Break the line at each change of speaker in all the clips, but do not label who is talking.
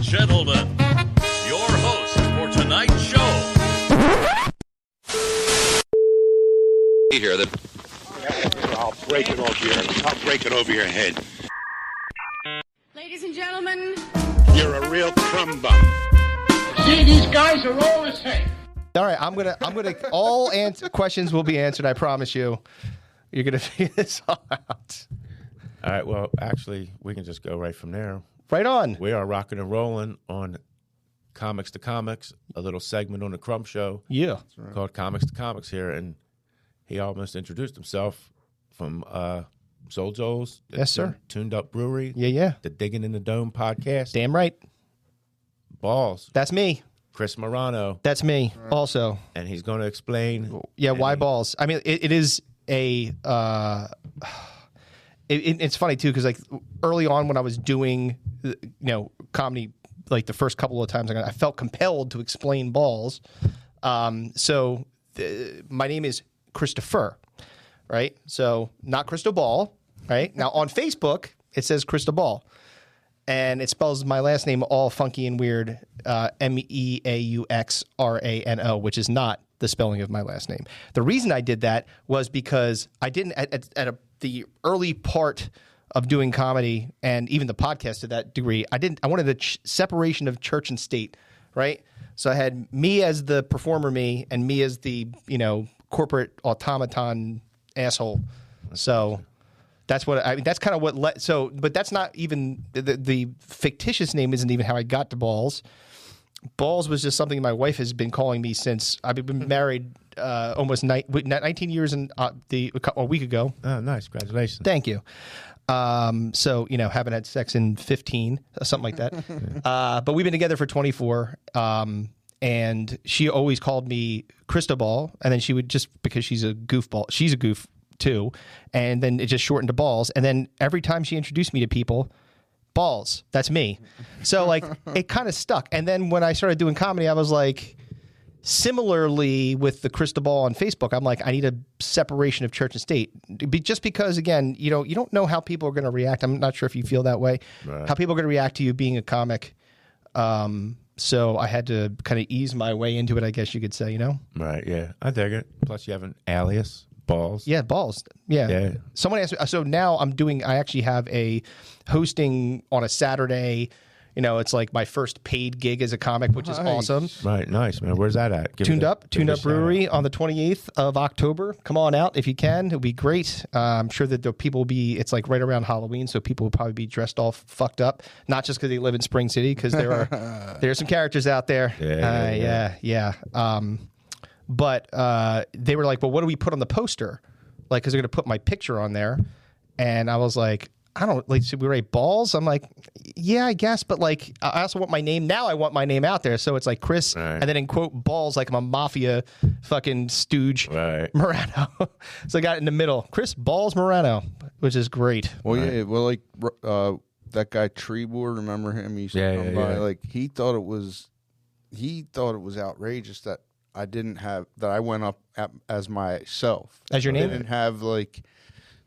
gentlemen, your host for tonight's show.
here that
I'll break it over your. I'll break it over your head.
Ladies and gentlemen,
You're a real crumb bum.
See, these guys are all the same.
All right, I'm gonna, I'm gonna. All ans- questions will be answered. I promise you. You're gonna figure this all out.
All right. Well, actually, we can just go right from there.
Right on.
We are rocking and rolling on Comics to Comics, a little segment on the Crumb Show
Yeah.
called Comics to Comics here. And he almost introduced himself from uh, Soul Joel's. the
Yes, sir.
Tun- Tuned Up Brewery.
Yeah, yeah.
The Digging in the Dome podcast.
Damn right.
Balls.
That's me.
Chris Morano.
That's me. Also.
And he's going to explain.
Oh, Yeah. Why balls? I mean, it, it is a. Uh, it, it, it's funny too because like early on when I was doing, you know, comedy, like the first couple of times I, got, I felt compelled to explain balls. Um, so th- my name is Christopher, right? So not Crystal Ball, right? Now on Facebook it says Crystal Ball, and it spells my last name all funky and weird, uh, M E A U X R A N O, which is not the spelling of my last name. The reason I did that was because I didn't at, at, at a, the early part of doing comedy and even the podcast to that degree. I didn't. I wanted a ch- separation of church and state, right? So I had me as the performer, me, and me as the you know corporate automaton asshole. So that's what I mean. That's kind of what let. So, but that's not even the, the fictitious name isn't even how I got to balls. Balls was just something my wife has been calling me since I've been married uh, almost ni- wait, ni- 19 years and uh, the a cou- a week ago.
Oh, nice. Congratulations.
Thank you. Um, so you know, haven't had sex in fifteen, uh, something like that. uh, but we've been together for twenty four. Um, and she always called me Cristobal, and then she would just because she's a goofball, she's a goof too, and then it just shortened to balls. And then every time she introduced me to people, balls, that's me. So like it kind of stuck. And then when I started doing comedy, I was like, similarly with the crystal ball on facebook i'm like i need a separation of church and state Be- just because again you know you don't know how people are going to react i'm not sure if you feel that way how people are going to react to you being a comic um, so i had to kind of ease my way into it i guess you could say you know
Right. Yeah. I dig it. Plus, you have an alias, Balls.
yeah balls yeah,
Yeah.
someone asked me uh, so now i'm doing i actually have a hosting on a saturday you know it's like my first paid gig as a comic which is awesome
Right. Nice, man. Where's that at? Give it
Tuned
a-
Up,
give it
Tuned
a
Up
shout out.
Brewery on the 28th of October. Come on out if you can. It'll be great. Uh, I'm sure that the people will be, it's like right around Halloween, so people will probably be dressed all fucked up. Not just because they live in Spring City, because there are there are some characters out there.
Yeah,
uh, yeah, yeah. Um, but uh, they were like, well, what do we put on the poster? Like, because they're going to put my picture on there. And I was like, I don't like. Should we write balls? I'm like, yeah, I guess, but like, I I also want my name now. I want my name out there, so it's like Chris,
Right.
and then in quote balls like I'm a mafia fucking stooge
Right.
Morano. so I got it in the middle, Chris Balls Morano, which is great.
Well, yeah, well, like r- uh, that guy Trebor, remember him? He used
Yeah,
to come
yeah,
by.
yeah.
Like he thought it was, he thought it was outrageous that I didn't have that I went up at, as myself
As your
I
name?
Didn't have like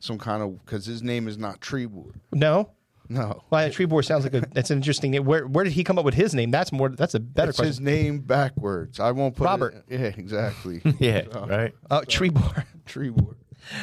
some kind of because his name is not Trebor.
No,
No,
well, Trebor sounds like a that's an interesting name. Where where did he come up with his name? That's more. That's a better
it's
question.
his name backwards. I won't put it-
Robert.
yeah, exactly.
Yeah. Right.
oh, Trebor.
Trebor.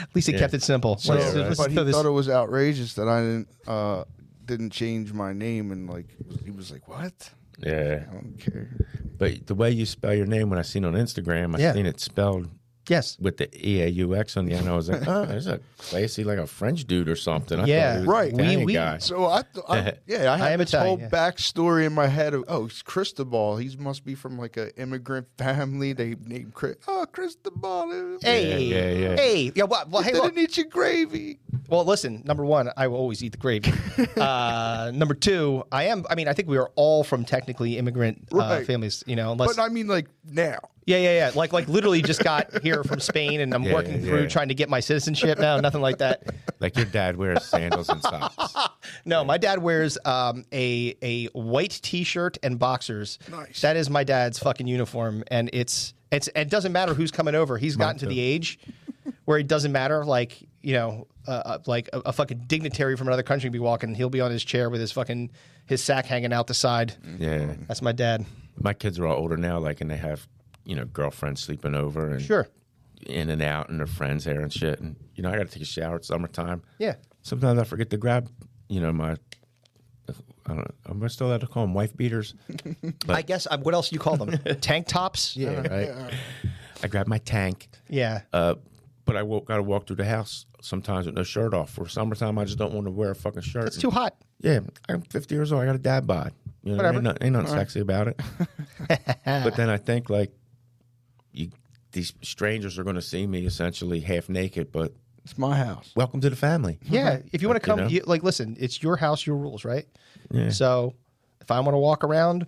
At least he kept it simple. Let's-
right.
let's
but he
throw this-
thought it was outrageous that I didn't uh, didn't change my name and like he was like, what?
Yeah.
I don't care.
But the way you spell your name, when I seen on Instagram, I
Yeah.
seen it spelled
yes.
with the E A U X on the end. I was like, oh, there's a classy, like a French dude or something. I thought
Yeah.
he was
Right.
an Italian
Oui, oui.
guy.
So I, th- I yeah, I had
am
this
Italian,
whole
yeah.
backstory in my head of oh, it's Cristobal. He must be from like an immigrant family. They named Chris. Oh, Cristobal.
Hey,
Yeah, yeah, yeah.
hey, yeah. Well, well hey,
they
look,
didn't e- eat your gravy.
Well, listen. Number one, I will always eat the gravy. uh, number two, I am. I mean, I think we are all from technically immigrant uh,
Right.
families. You know, unless
But I mean, like now.
yeah, yeah, yeah. Like, like literally just got here from Spain, and I'm
Yeah,
working
yeah,
through
yeah.
trying to get my citizenship now. Nothing like that.
Like your dad wears sandals and socks.
No, my dad wears um, a a white T-shirt and boxers.
Nice.
That is my dad's fucking uniform, and it's it's it doesn't matter who's coming over. He's gotten to the age where it doesn't matter. Like you know, uh, uh, like a, a fucking dignitary from another country be walking, and he'll be on his chair with his fucking his sack hanging out the side.
Yeah.
That's my dad.
My kids are all older now, like, and they have, you know, girlfriends sleeping over and
Sure.
in and out and their friends there and shit. And, you know, I got to take a shower. It's summertime.
Yeah.
Sometimes I forget to grab, you know, my, I don't know, am I still allowed to call them wife beaters?
I guess. Um, what else do you call them? Tank tops.
Yeah, right. I grab my tank.
Yeah.
Uh, but I got to walk through the house sometimes with no shirt off. For summertime, I just don't want to wear a fucking shirt.
it's too hot.
Yeah, I'm 50 years old. I got a dad bod. You know,
Whatever.
Ain't, nothing, ain't nothing sexy about it. but then I think like you, these strangers are going to see me essentially half naked. But
It's my house.
welcome to the family.
Yeah, if you want to
Mm-hmm. you
come,
know?
you like listen, it's your house, your rules, right? So if I want to walk around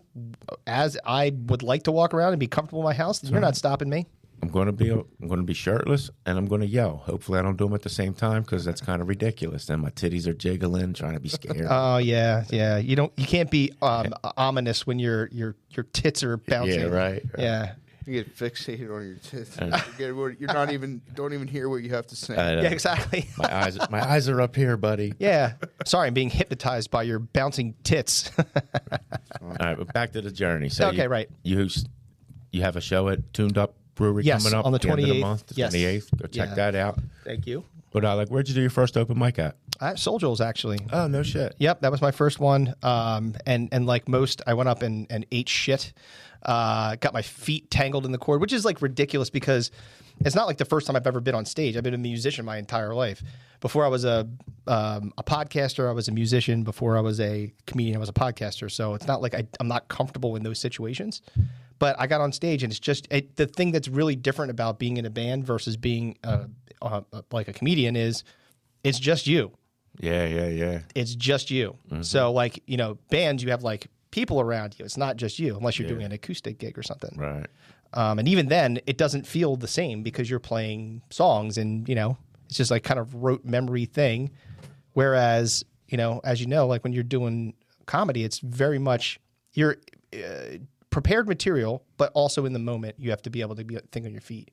as I would like to walk around and be comfortable in my house, then you're not stopping me.
I'm going to be I'm going to be shirtless and I'm going to yell. Hopefully, I don't do them at the same time because that's kind of ridiculous. Then my titties are jiggling, trying to be scared.
Oh yeah, yeah. You don't, you can't be um, ominous when your your your tits are bouncing.
yeah, right. right.
Yeah,
You get fixated on your tits.
Uh,
Forget what- You're not even don't even hear what you have to say.
I know.
yeah, exactly.
my eyes my eyes are up here, buddy.
yeah. Sorry, I'm being hypnotized by your bouncing tits.
All right, but back to the journey. So
Okay,
you,
right.
You s- you have a show at Tuned Up Brewery
Yes,
coming up
on the
at end of
28th.
the month, the
Yes.
28th. Go check
Yeah.
that out.
Thank you.
But uh, like, where'd you do your first open mic at?
I, Soul Joel's actually.
Oh no shit.
Yep, that was my first one. Um, and and like most, I went up and, and ate shit. Uh, got my feet tangled in the cord, which is like ridiculous because it's not like the first time I've ever been on stage. I've been a musician my entire life. Before I was a um, a podcaster, I was a musician. Before I was a comedian, I was a podcaster. So it's not like I, I'm not comfortable in those situations. But I got on stage, and it's just it, the thing that's really different about being in a band versus being uh uh like a comedian is it's just you
Yeah, yeah, yeah.
it's just you. So like you know, bands you have like people around you. It's not just you unless you're doing an acoustic gig or something.
Right.
Um, and even then, it doesn't feel the same because you're playing songs and you know it's just like kind of rote memory thing. Whereas you know, as you know, like when you're doing comedy, it's very much you're uh, prepared material, but also in the moment you have to be able to be think on your feet.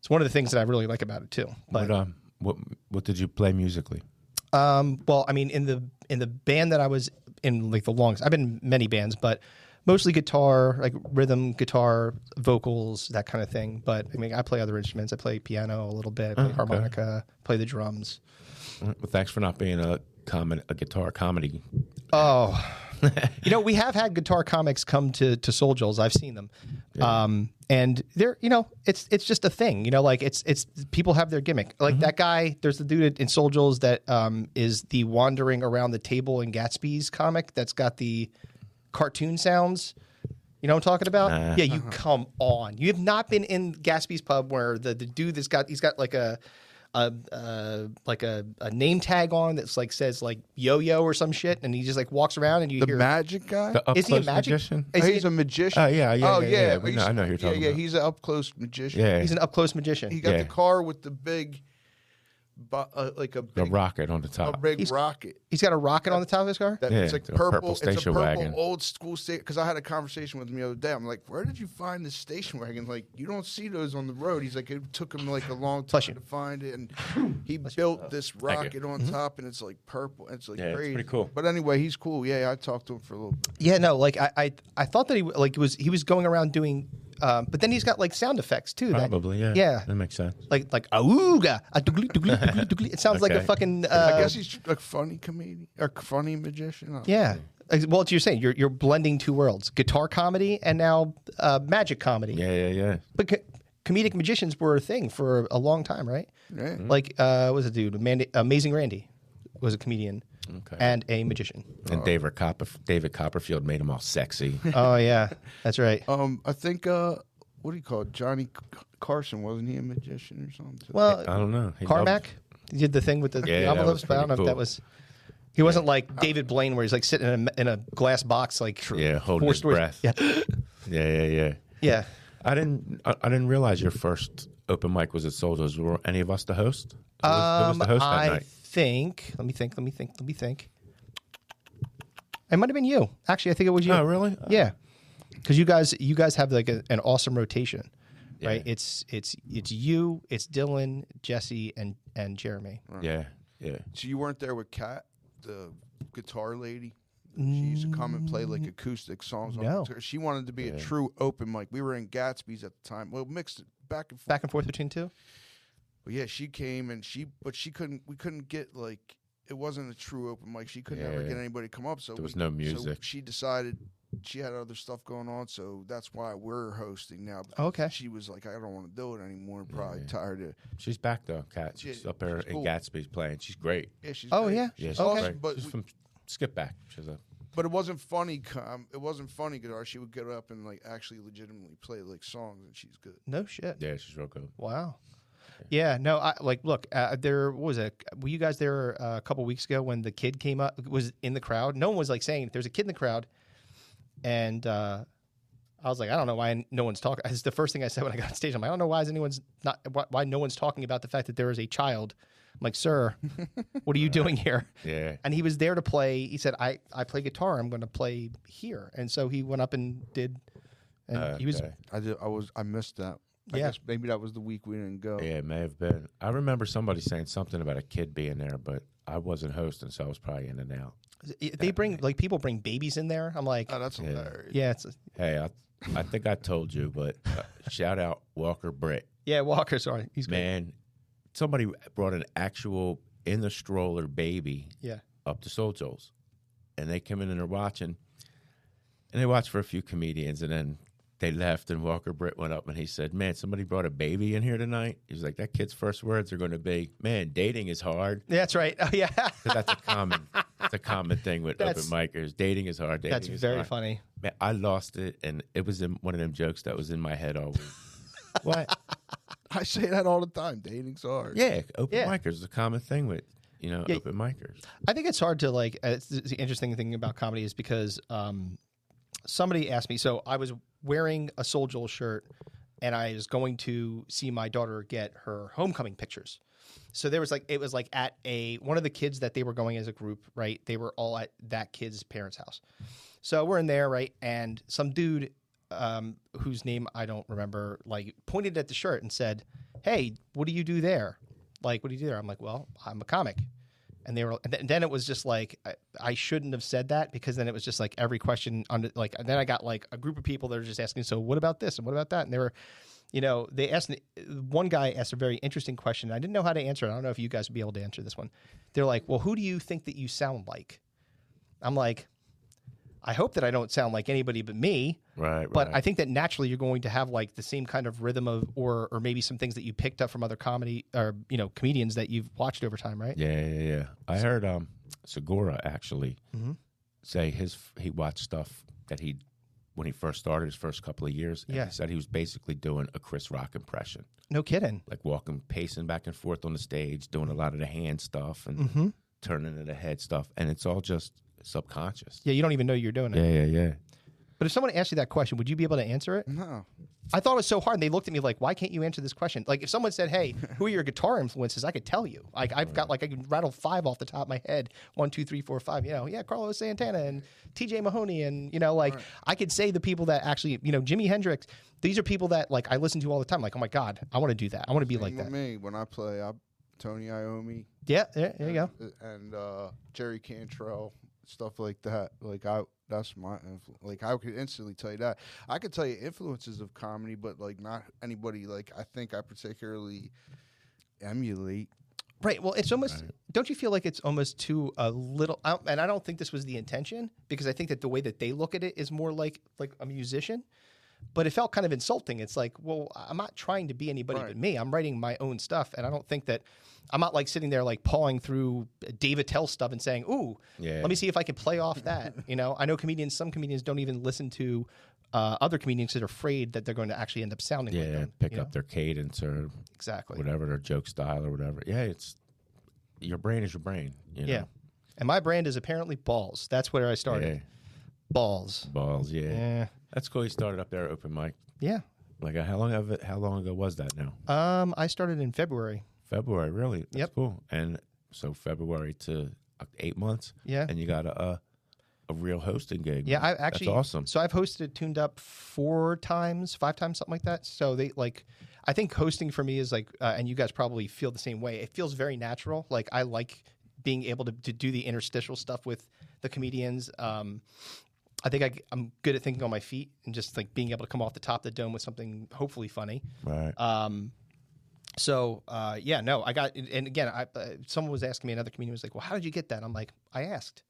It's one of the things that I really like about it too. But
But um, what what did you play musically?
well i mean in the in the band that i was in like the longest i've been in many bands but mostly guitar like rhythm guitar vocals that kind of thing but i mean i play other instruments i play piano a little bit i play harmonica play the drums
Well, thanks for not being a common a guitar comedy.
Oh, you know we have had guitar comics come to to soul Joel's. i've seen them um and they're you know it's it's just a thing you know like it's it's people have their gimmick like that guy there's the dude in soul Joel's that um is the wandering around the table in gatsby's comic that's got the cartoon sounds. You know what I'm talking about? yeah, you come on. You have not been in Gatsby's pub where the, the dude that's got he's got like a a uh, like a, a name tag on that's like says like yo yo or some shit, and he just like walks around and you
the
hear
magic guy.
The up
is he a
close
magic?
magician?
Is he-
he's a magician.
Oh, yeah, yeah,
Oh
yeah,
yeah.
yeah. We know-
he's-
I know who you're
yeah,
talking
yeah,
about.
He's an up close magician.
yeah,
he's an up close magician.
He got
Yeah.
the car with the big, bu- uh, like a
the
big,
rocket on the
a
top.
big rocket.
he's got a rocket on the top of his car.
That
Yeah,
it's like
it's a
purple.
purple
it's a
station
purple
wagon.
old school station. Because I had a conversation with him the other day. I'm like, where did you find this station wagon? Like, you don't see those on the road. He's like, it took him like a long time
Bless you.
to find it, and he built this rocket on top, and it's like purple. And it's like
Yeah, it's
crazy.
pretty cool.
But anyway, he's cool. Yeah, I talked to him for a little. bit.
Yeah, no, like I I, I thought that he like was he was going around doing, um, but then he's got like sound effects too. that-
Probably, yeah.
yeah.
that makes sense.
Like like auga, a doogly, doogly, doogly, doogly. it sounds like a
Okay.
fucking. Uh,
I guess he's a funny comedian or funny magician. I don't
Yeah. Ex- Well, it's you're saying you're you're blending two worlds: guitar comedy and now uh, magic comedy.
Yeah, yeah, yeah.
But co- comedic magicians were a thing for a long time, right?
Yeah.
Like, uh, what was a dude, Amanda- Amazing Randy, was a comedian and a magician.
And David Copper, David Copperfield made them all sexy.
oh yeah, that's right.
Oh,
Um, I think uh, what do you call it? Johnny C- Carson wasn't he a magician or something?
Well,
I don't know. He
Carmack
loved-
he did the thing with the
Yeah, that
envelopes,
was
but I don't know
pretty
if that
cool.
was. He wasn't like David Blaine, where he's like sitting in a, in a glass box, like
Yeah, holding
four
his
stories.
breath.
Yeah,
Yeah, yeah, yeah.
yeah.
I didn't. I, I didn't realize your first open mic was at Soldiers. Were any of us the host? Who was, who was
Um,
the host that
I
night?
think. Let me think. Let me think. Let me think. It might have been you. Actually, I think it was you.
Oh, really?
Yeah, because you guys, you guys have like a, an awesome rotation. right? It's it's it's you, it's Dylan, Jesse, and and Jeremy.
Yeah, yeah.
So you weren't there with Kat, the guitar lady. She used to come and play like acoustic songs. on
No.
guitar. she wanted to be a true open mic. We were in Gatsby's at the time. Well, mixed it back and forth.
Back and forth between two.
But yeah, she came and she, but she couldn't. We couldn't get like it wasn't a true open mic. She couldn't ever
Yeah.
get anybody to come up. So
There was
we-
no
so
music.
she decided she had other stuff going on, so that's why we're hosting now. because
Okay.
She was like, I don't want to do it anymore. Probably tired of.
She's back though, Kat.
She-
She's up there
she's
in
cool.
Gatsby's playing. She's great.
Yeah, she's.
Oh,
great.
yeah.
Yeah, she's
awesome,
great.
But
she's from Skip Back. She's a
but it wasn't funny. Com- it wasn't funny guitar. She would get up and like actually legitimately play like songs, and she's good.
No shit.
yeah, she's real good.
Wow. Yeah, no, I like look, uh, there what was a were you guys there uh, a couple weeks ago when the kid came up was in the crowd? No one was like saying there's a kid in the crowd and uh I was like, I don't know why no one's talking. It's the first thing I said when I got on stage. I'm like, I don't know why is anyone's not why, why no one's talking about the fact that there is a child. I'm like, sir, what are you doing here?
Yeah.
And he was there to play. He said, I I play guitar. I'm going to play here. And so he went up and did. And he was
Uh, Okay.
I did. I was. I missed that. I
Yeah.
guess maybe that was the week we didn't go.
Yeah, it may have been. I remember somebody saying something about a kid being there, but I wasn't hosting, so I was probably in and out.
they bring like people bring babies in there. I'm like,
Oh, that's hilarious.
Yeah, it's
Hey, I, I think I told you, but uh, shout out Walker Britt.
yeah. Walker, sorry, he's great.
Man, somebody brought an actual in the stroller baby
Yeah,
up to Soul Joel's. And they come in and they're watching. And they watched for a few comedians and then they left and Walker Britt went up and he said, Man, somebody brought a baby in here tonight. He was like, That kid's first words are gonna be, Man, dating is hard.
yeah, that's right. Oh, yeah,
'Cause that's a common that's a common thing with open
That's-
micers. Dating is hard. Dating
that's
is
very
hard.
funny.
Man, I lost it and it was in one of them jokes that was in my head all week. what?
I say that all the time. Dating's hard.
Yeah, open
Yeah.
micers is a common thing with you know,
Yeah.
open micers.
I think it's hard to like. Uh, it's, the interesting thing about comedy is because um, somebody asked me. So I was wearing a Soul Joel shirt, and I was going to see my daughter get her homecoming pictures. So there was like it was like at a one of the kids that they were going as a group, right? They were all at that kid's parents' house. So we're in there, right? And some dude um, whose name I don't remember, like pointed at the shirt and said, "Hey, what do you do there? Like, what do you do there?" I'm like, "Well, I'm a comic." And they were, and th- then it was just like I, I shouldn't have said that because then it was just like every question under like. And then I got like a group of people that were just asking, "So what about this and what about that?" And they were, you know, they asked one guy asked a very interesting question. and I didn't know how to answer it. I don't know if you guys would be able to answer this one. They're like, "Well, who do you think that you sound like?" I'm like, I hope that I don't sound like anybody but me.
Right,
But
right.
I think that naturally you're going to have like the same kind of rhythm of, or or maybe some things that you picked up from other comedy or you know comedians that you've watched over time, right?
Yeah, yeah, yeah. I heard um Segura actually say his he watched stuff that he when he first started his first couple of years. and
Yeah.
he said he was basically doing a Chris Rock impression,
No kidding.
like walking, pacing back and forth on the stage, doing a lot of the hand stuff and turning to the head stuff, and it's all just subconscious.
Yeah, you don't even know you're doing it.
Yeah, yeah, yeah.
But if someone asked you that question, would you be able to answer it?
No.
I thought it was so hard. And they looked at me like, "Why can't you answer this question?" Like if someone said, "Hey, who are your guitar influences?" I could tell you. Like I've got like I can rattle five off the top of my head: one, two, three, four, five. You know, yeah, Carlos Santana and T.J. Mahoney, and you know, like I could say the people that actually, you know, Jimi Hendrix. These are people that like I listen to all the time. Like, oh my god, I want to do that. I want to be like
Same with
that.
me when I play. I Tony Iommi
Yeah, there, there you go.
and uh, Jerry Cantrell stuff like that. Like I, that's my influence. Like I could instantly tell you that. I could tell you influences of comedy, but like not anybody. Like I think I particularly emulate.
Right. Well, it's almost. Don't you feel like it's almost too a little? I- And I don't think this was the intention because I think that the way that they look at it is more like like a musician. But it felt kind of insulting. It's like, well, I'm not trying to be anybody but me. I'm writing my own stuff, and I don't think that I'm not like sitting there like pawing through Dave Attell stuff and saying, "Ooh,
Yeah.
let me see if I can play off that." you know, I know comedians. Some comedians don't even listen to uh, other comedians because they're afraid that they're going to actually end up sounding like
Yeah,
them.
pick
you
up
know?
their cadence or
exactly.
whatever their joke style or whatever. Yeah, it's your brain is your brain. You know?
Yeah. And my brand is apparently balls. That's where I started.
Yeah.
Balls.
Balls, yeah.
Yeah.
That's cool. He started up there open mic.
Yeah.
Like uh, how long have it, how long ago was that now?
Um, I started in February.
February, really? That's
Yep.
cool. And so February to uh, eight months.
Yeah.
And you got a, uh a real hosting gig.
Yeah, I
man.
actually
That's awesome.
So I've hosted Tuned Up four times, five times, something like that. So they like, I think hosting for me is like, uh, and you guys probably feel the same way. It feels very natural. Like I like being able to, to do the interstitial stuff with the comedians. Um, I think I, I'm good at thinking on my feet and just like being able to come off the top of the dome with something hopefully funny.
Right.
Um, so uh, yeah, no, I got, and again, I, uh, someone was asking me, another comedian was like, "Well, how did you get that?" I'm like, I asked,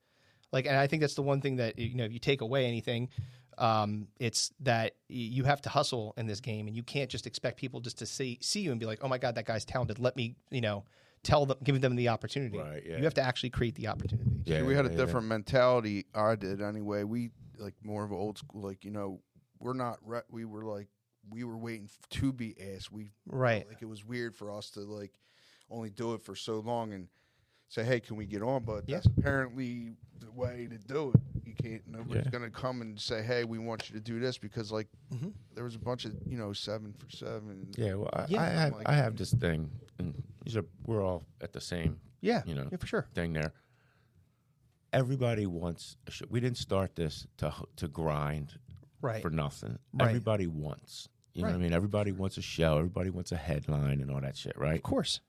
like, and I think that's the one thing that you know, if you take away anything, um, it's that y- you have to hustle in this game, and you can't just expect people just to see see you and be like, "Oh my god, that guy's talented." Let me, you know, tell them, give them the opportunity.
Right, yeah.
You have to actually create the opportunity.
yeah,
we had a
yeah, yeah.
different mentality. I did anyway. We like more of an old school. Like you know, we're not. Re- we were like we were waiting f- to be asked. We
Right.
like it was weird for us to like only do it for so long and say, hey, can we get on? But
Yeah.
that's apparently the way to do it. You can't. Nobody's
Yeah. Mm-hmm.
gonna come and say, hey, we want you to do this because like there was a bunch of you know seven for seven.
Yeah, well, I,
Yeah,
I have
like-
I have this thing, and these are we're all at the same
Yeah,
You know.
yeah, for sure.
thing there. Everybody wants. A show. We didn't start this to h- to grind
Right.
for nothing.
Right.
Everybody wants. You know what I
Right.
mean? Everybody wants a show. Everybody wants a headline and all that shit, right?
Of course.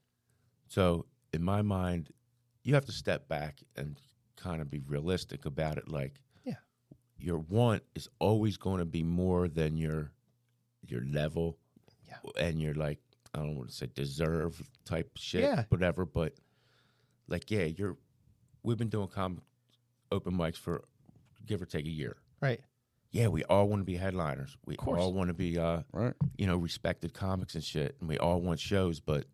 So in my mind, you have to step back and kind of be realistic about it. Like,
Yeah.
your want is always going to be more than your your level,
Yeah.
and your like I don't want to say deserve type shit,
Yeah.
whatever. But like, yeah, you're. We've been doing com open mics for give or take a year.
Right.
Yeah, we all want to be headliners. We
course.
all want to be uh,
Right.
you know, respected comics and shit, and we all want shows, but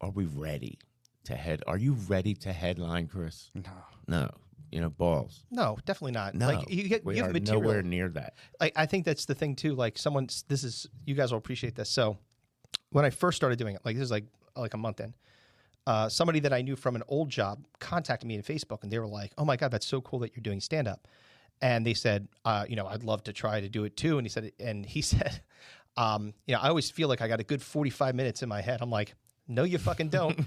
are we ready to head? Are you ready to headline, Chris?
No.
No, you know, balls.
No, definitely not.
No,
Like you get
we
you
are
have material.
nowhere near that.
I, I think that's the thing too. Like someone's this is you guys will appreciate this. So when I first started doing it, like this is like like a month in, uh, somebody that I knew from an old job contacted me in Facebook and they were like, "Oh my god, that's so cool that you're doing stand up," and they said, uh, "You know, I'd love to try to do it too." And he said, and he said, um, "You know, I always feel like I got a good 45 minutes in my head." I'm like. No, you fucking don't.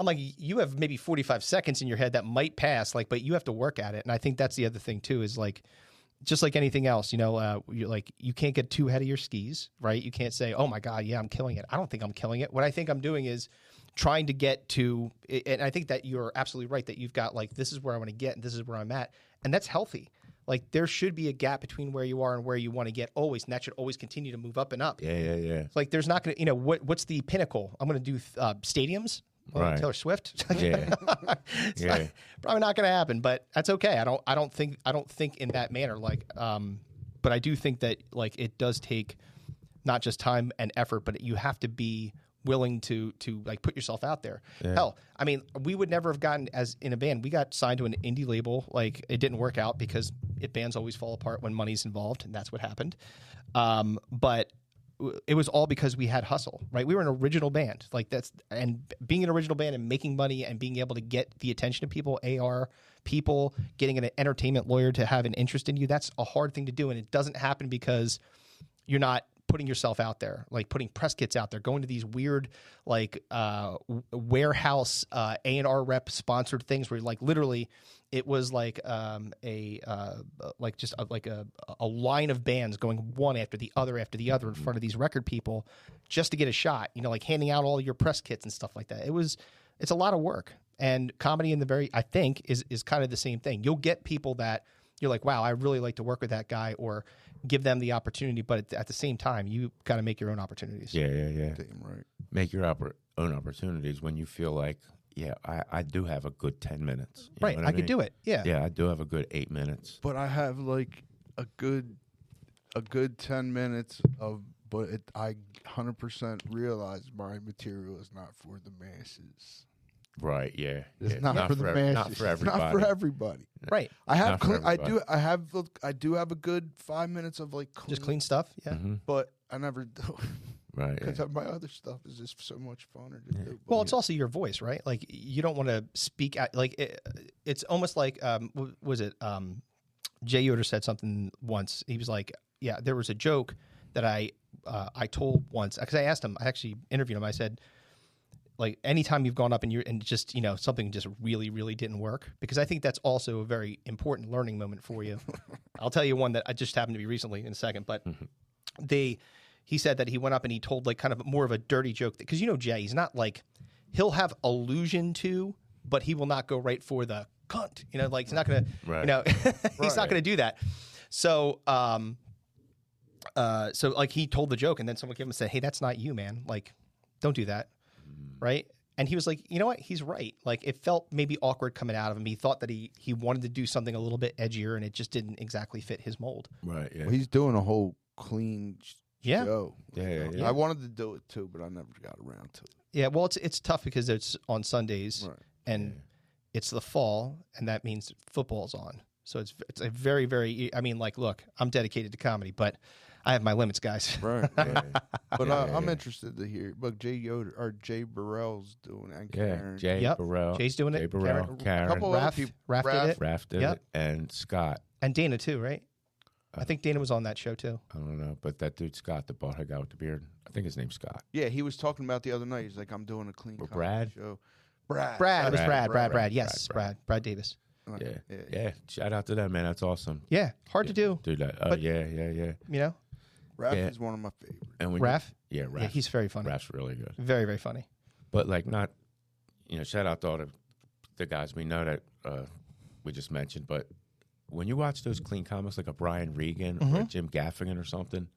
I'm like, you have maybe 45 seconds in your head that might pass, like, but you have to work at it. And I think that's the other thing too is like, just like anything else, you know, uh, you like you can't get too ahead of your skis, right? You can't say, "Oh my God, yeah, I'm killing it." I don't think I'm killing it. What I think I'm doing is trying to get to, and I think that you're absolutely right that you've got like this is where I want to get and this is where I'm at, and that's healthy. Like there should be a gap between where you are and where you want to get always, and that should always continue to move up and up.
Yeah, yeah, yeah.
It's like there's not going to, you know, what what's the pinnacle? I'm going to do uh, stadiums. Well,
Right.
Taylor Swift.
Yeah.
It's
Yeah.
not- probably not going to happen, but that's okay. I don't. I don't think. I don't think in that manner. Like, um, but I do think that like it does take not just time and effort, but you have to be willing to to like put yourself out there. Hell, I mean, we would never have gotten as in a band. We got signed to an indie label. Like, it didn't work out because it, bands always fall apart when money's involved, and that's what happened. Um, but w- it was all because we had hustle, right? We were an original band, like that's and being an original band and making money and being able to get the attention of people, AR people, getting an entertainment lawyer to have an interest in you. That's a hard thing to do, and it doesn't happen because you're not putting yourself out there, like putting press kits out there, going to these weird like uh, w- warehouse uh, A and R rep sponsored things where like literally it was like um, a uh, like just a, like a a line of bands going one after the other after the other in front of these record people just to get a shot, you know, like handing out all your press kits and stuff like that. It was it's a lot of work. And comedy in the very I think is is kind of the same thing. You'll get people that you're like, wow, I really like to work with that guy or give them the opportunity. But at, at the same time, you got to make your own opportunities.
Yeah, yeah, yeah.
Damn right.
Make your oppor- own opportunities when you feel like, yeah, I, I do have a good 10 minutes. You know
right.
what
I, could
mean?
do it. Yeah.
Yeah, I do have a good eight minutes.
but I have like a good a good 10 minutes of but it, I 100% realize my material is not for the masses.
Right, yeah.
It's
yeah.
not, for the
ev-
masses.
Not for
It's
everybody.
Not for everybody.
Right.
I have
Not for
clean, I do
everybody.
I have look, I do have a good 5 minutes of like clean,
Just clean stuff. Yeah.
Mhm,
but I never do
Right. yeah.
cuz my other stuff is just so much funner to do.
Well, it's also your voice, right? Like you don't want to speak out. Like it, it's almost like um, w- was it um, Jay Yoder said something once. He was like, "Yeah, there was a joke that I uh, I told once because I asked him. I actually interviewed him. I said, like anytime you've gone up and you and just you know something just really really didn't work because I think that's also a very important learning moment for you. I'll tell you one that I just happened to be recently in a second, but they he said that he went up and he told like kind of more of a dirty joke because you know Jay he's not like he'll have allusion to but he will not go right for the cunt you know like he's not gonna
Right.
you know he's not gonna do that so um uh so like he told the joke and then someone came and said hey that's not you man like don't do that right? And he was like, you know what? He's right. Like it felt maybe awkward coming out of him. He thought that he he wanted to do something a little bit edgier, and it just didn't exactly fit his mold.
Right. Yeah.
Well, he's doing a whole clean sh-
Yeah.
show.
Yeah, yeah,
I
yeah.
wanted to do it too, but I never got around to it.
Yeah. Well, it's it's tough because it's on Sundays,
Right.
and it's the fall, and that means football's on. So it's it's a very very. e, I mean, like, look, I'm dedicated to comedy, but I have my limits, guys.
Right. But
Yeah,
uh,
yeah,
I'm
yeah.
interested to hear. But Jay Yoder or Jay Burrell's doing it. and
Yeah.
Karen.
Jay
Yep.
Burrell.
Jay's doing
Oh, Jay
it.
Burrell.
Karen-
Karen.
Couple other
Raph,
people-
Raph did
Raph.
it,
Raph did
Yep.
it, and Scott.
and Dana too, right?
Uh,
I think Dana was on that show too.
I don't know, but that dude Scott, the bald head guy with the beard. I think his name's Scott.
Yeah, he was talking about the other night. He's like, I'm doing a clean
Or
comedy
Brad?
show. Brad.
Brad, it was Brad, Brad, Brad,
Brad,
Yes,
Brad,
Brad, Brad Davis.
Brad.
Yeah.
Yeah.
Yeah. Shout out to that man. That's awesome.
Yeah, Uh, hard to do.
Dude, that, oh
But-
yeah, yeah, yeah.
You know,
Raph
Yeah.
is one of my favorites.
And when
Raph.
yeah, Raph.
Yeah, he's very funny.
Raph's really good.
Very, very funny.
But like not, you know, shout out to all the, the guys we know that uh, we just mentioned. But when you watch those clean comics, like a Brian Regan or a
Mm-hmm.
Jim Gaffigan or something,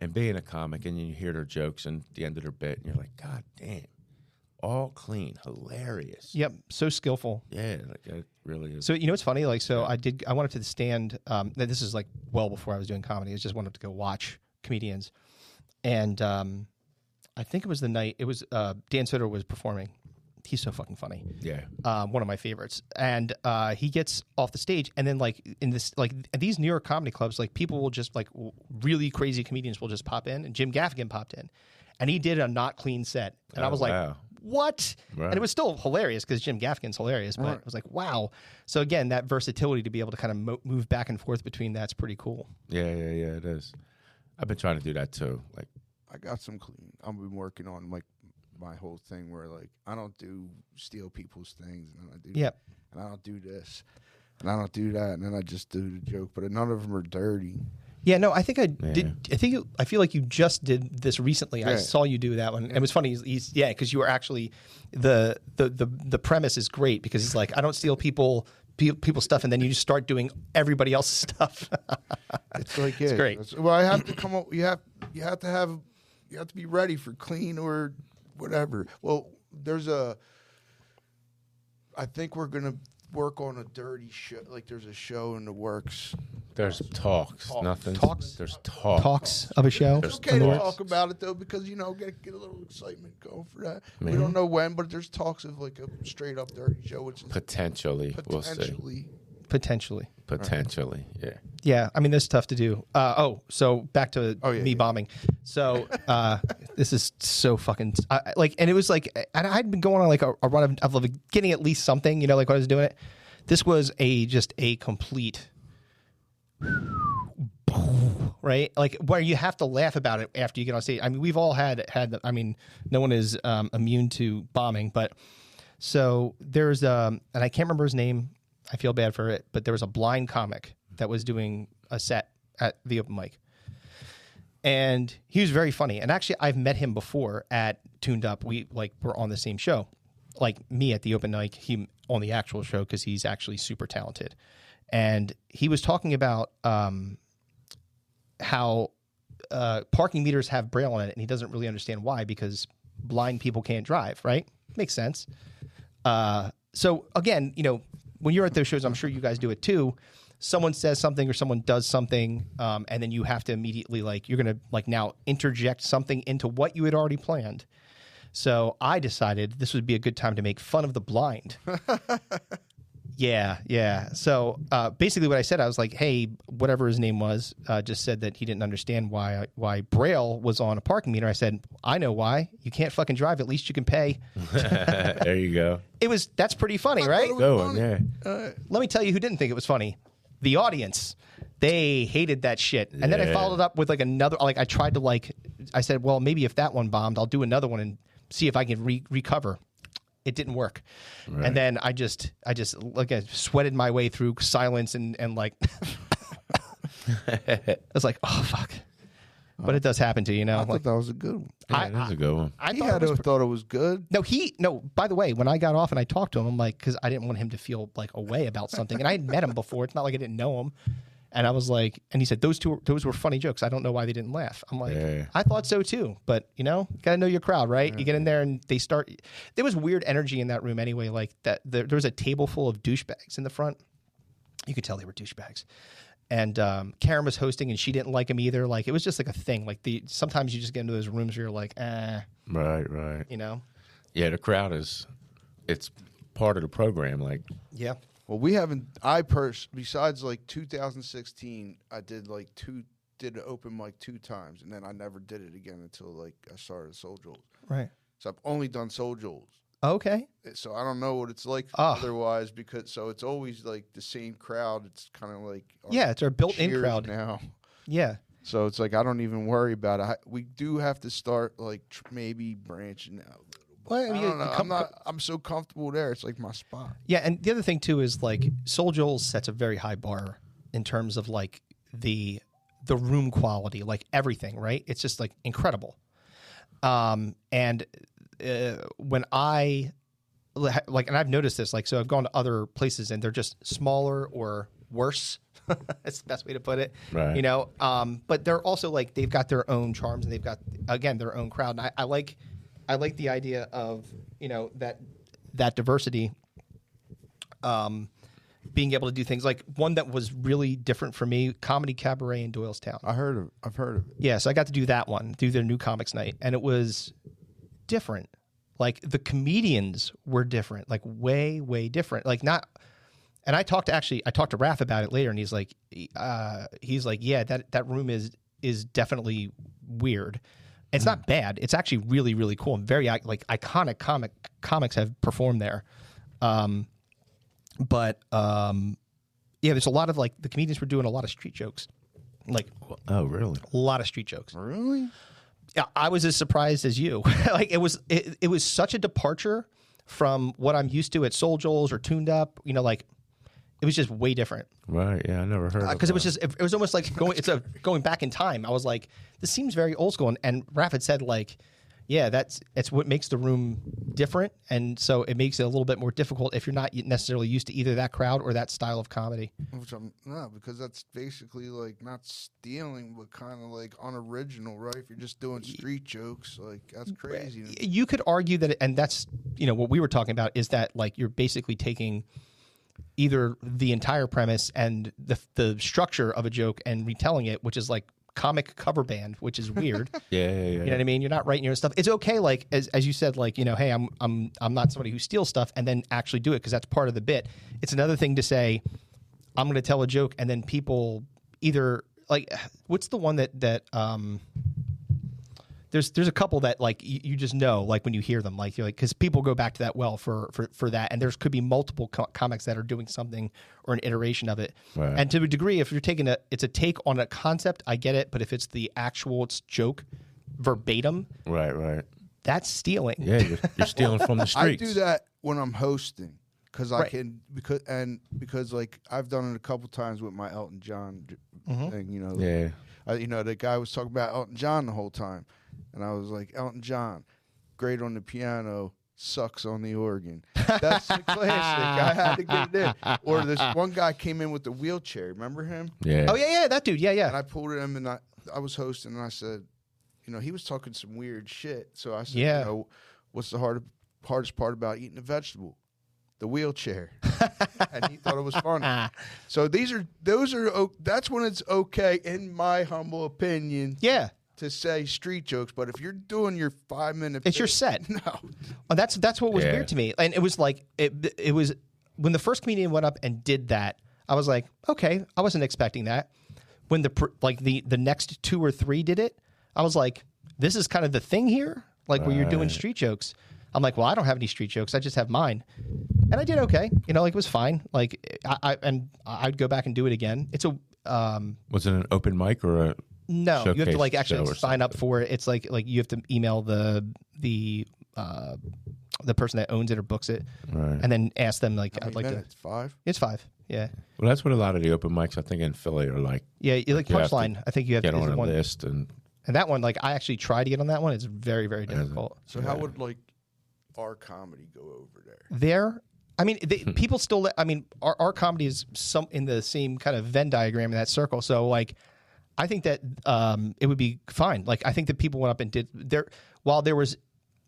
and being a comic, and you hear their jokes and the end of their bit, and you're like, God damn, all clean, hilarious.
Yep, so skillful.
Yeah, like that really is.
So you know what's funny? Like, so I did. I went up to the stand. Um, th- this is like well before I was doing comedy. I just went up to go watch comedians, and um, I think it was the night it was uh, Dan Soder was performing. He's so fucking funny.
yeah,
Um, one of my favorites, and uh, he gets off the stage, and then like in this, like at these New York comedy clubs, like people will just like w- really crazy comedians will just pop in, and Jim Gaffigan popped in, and he did a not clean set, and I
Oh,
was like,
wow.
what? And
Right.
it was still hilarious because Jim Gaffigan's hilarious, but it was like, wow. So again, that versatility to be able to kind of mo- move back and forth between that's pretty cool.
yeah, yeah, yeah. It is. I've been trying to do that too. Like,
I got some clean. I've been working on like my whole thing where like I don't do steal people's things and I don't do
Yep.
and I don't do this and I don't do that and then I just do the joke, but none of them are dirty.
Yeah, no, I think I
Yeah.
did. I think you- I feel like you just did this recently. I
Yeah.
saw you do that one. And it was funny. He's, he's yeah, because you were actually the, the the the premise is great because it's like I don't steal people pe- people's stuff, and then you just start doing everybody else's stuff.
It's like yeah, it's
great.
well, I have to come up. You have you have to have you have to be ready for clean or whatever. Well, there's a. I think we're gonna work on a dirty show. Like there's a show in the works.
there's talks, nothing. Talks. There's talk.
Talks of a show.
There's
Okay to
talks.
talk about it though, because you know get get a little excitement going for that. We don't know when, but there's talks of like a straight up dirty show, which is
Potentially, we'll see.
potentially.
Potentially.
Potentially, yeah.
Yeah, I mean that's tough to do. Uh, oh, so back to
Oh, yeah,
me
yeah.
bombing. So uh, this is so fucking I, I- like, and it was like, and I'd been going on like a, a run of, of like, getting at least something, you know, like when I was doing it. This was a just a complete, right? Like where you have to laugh about it after you get on stage. I mean, we've all had had. the- I mean, no one is um, immune to bombing, but so there's um, and I can't remember his name. I feel bad for it, but there was a blind comic that was doing a set at the open mic, and he was very funny. And actually, I've met him before at Tuned Up. We like were on the same show, like me at the open mic, him on the actual show because he's actually super talented. And he was talking about um, how uh, parking meters have braille on it, and he doesn't really understand why because blind people can't drive. Right? Makes sense. Uh, so again, you know, when you're at those shows, I'm sure you guys do it too. Someone says something or someone does something, um, and then you have to immediately like you're gonna like now interject something into what you had already planned. So I decided this would be a good time to make fun of the blind. yeah, yeah. So uh, basically, what I said, I was like, "Hey, whatever his name was, uh, just said that he didn't understand why why Braille was on a parking meter." I said, "I know why. You can't fucking drive. At least you can pay."
Uh, there you go.
Hmm. It was that's pretty funny, right?
Going, yeah.
let me tell you who didn't think it was funny the audience they hated that shit and then i
Yeah.
followed up with like another like i tried to like i said well maybe if that one bombed i'll do another one and see if I can re- recover. It didn't work, and then I just I just like I sweated my way through silence and and like I was like oh fuck, but it does happen to you, you know.
I
like,
thought that was a good one.
Yeah, that's a good one.
I
He
thought
had
it was
to have thought it was good.
no, he no. By the way, when I got off and I talked to him, I'm like, because I didn't want him to feel like away about something, and I had met him before. It's not like I didn't know him. And I was like, and he said those two, those were funny jokes. I don't know why they didn't laugh. I'm like,
Yeah.
I thought so too, but you know, gotta know your crowd, right? You get in there and they start. There was weird energy in that room anyway. Like that, there, there was a table full of douchebags in the front you could tell they were douchebags. And um, Karen was hosting, and she didn't like him either. Like it was just like a thing. Like the sometimes you just get into those rooms where you're like, eh,
Right, right.
you know,
Yeah, the crowd is, it's part of the program. Like,
yeah,
Well, we haven't. I pers besides like 2016, I did like two did an open mic two times, and then I never did it again until like I started Soul Jules.
right,
So I've only done Soul Jules.
okay,
So I don't know what it's like
Ah.
otherwise because so it's always like the same crowd. It's kind of like our
yeah, it's our built-in
cheers
crowd.
now.
Yeah,
So it's like I don't even worry about it. I, we do have to start like tr- maybe branching out.
well,
I don't know. I'm not. I'm so comfortable there. It's like my spot.
Yeah, and the other thing too is like Soul Joel sets a very high bar in terms of like the the room quality, like everything, right? It's just like incredible. Um, and uh, when I like, and I've noticed this, like, so I've gone to other places and they're just smaller or worse. That's the best way to put it,
Right.
you know. Um, but they're also like they've got their own charms and they've got again their own crowd. And I, I like, I like the idea of you know that that diversity um, being able to do things like one that was really different for me comedy cabaret in doylestown
I heard of. I've heard of it.
yeah so i got to do that one do their new comics night and it was different like the comedians were different like way way different like not and i talked to actually i talked to Raph about it later and he's like uh, he's like yeah that that room is is definitely weird it's not bad it's actually really really cool and very like iconic comic comics have performed there Um, but um yeah there's a lot of like the comedians were doing a lot of street jokes like
oh, really?
a lot of street jokes
Really?
yeah, i was as surprised as you like it was it, it was such a departure from what i'm used to at soul joel's or tuned up you know like it was just way different
Right. Yeah, I never
Uh,
heard. of
because it was
that.
just it, it was almost like going it's a going back in time i was like this seems very old school and, and raf had said like yeah that's it's what makes the room different and so it makes it a little bit more difficult if you're not necessarily used to either that crowd or that style of comedy
Which I'm no, because that's basically like not stealing, but kind of like unoriginal, right? If you're just doing street jokes, like that's crazy. to me.
you could argue that and that's you know what we were talking about is that like you're basically taking either the entire premise and the the structure of a joke and retelling it which is like comic cover band which is weird
Yeah, yeah, yeah.
you know what i mean you're not writing your own stuff it's okay like as, as you said like you know hey i'm i'm i'm not somebody who steals stuff and then actually do it because that's part of the bit it's another thing to say i'm going to tell a joke and then people either like what's the one that that um there's there's a couple that like you, you just know like when you hear them like you're like because people go back to that well for for for that and there's could be multiple co- comics that are doing something or an iteration of it
Right.
and to a degree if you're taking a it's a take on a concept I get it but if it's the actual it's joke verbatim
Right, right.
that's stealing
Yeah, you're, you're stealing from the
I
streets.
do that when I'm hosting because I
Right.
can because and because like I've done it a couple times with my Elton John j- thing, you know. like,
Yeah.
I, you know, the guy was talking about Elton John the whole time, and I was like, Elton John, great on the piano, sucks on the organ. That's the classic. I had to get it in. Or this one guy came in with the wheelchair. Remember him?
Yeah.
oh yeah yeah that dude yeah
And
yeah
I pulled him, and I I was hosting, and I said, you know, he was talking some weird shit. So I said,
Yeah.
you know, what's the hard, hardest part about eating a vegetable? The wheelchair. and he thought it was funny. So these are those are o- that's when it's okay, in my humble opinion,
yeah
to say street jokes, but if you're doing your five minute,
It's your set.
No,
Oh, that's that's what was
Yeah.
weird to me, and it was like it it was when the first comedian went up and did that. I was like, okay, I wasn't expecting that. When the pr- like the the next two or three did it, I was like, this is kind of the thing here, like where you're doing street jokes. I'm like, well, I don't have any street jokes. I just have mine, and I did okay. You know, like it was fine. Like I, I and I'd go back and do it again. It's a um,
Was it an open mic or a?
no, you have
showcase
to like
show
actually
or
sign up for it. It's like like you have to email the the uh, the person that owns it or books it,
Right.
and then ask them like,
How
I'd
many
like
minutes?
to.
Five.
It's five. Yeah,
Well, that's what a lot of the open mics I think in Philly are like.
yeah. You like
You have to
punchline. I think you have
Get
is
on
the
a
one,
list and
and that one like I actually tried to get on that one. It's very very difficult.
So how would like our comedy go over there?
there i mean they, people still let, i mean our, our comedy is some in the same kind of venn diagram in that circle so like i think that um it would be fine like i think that people went up and did there while there was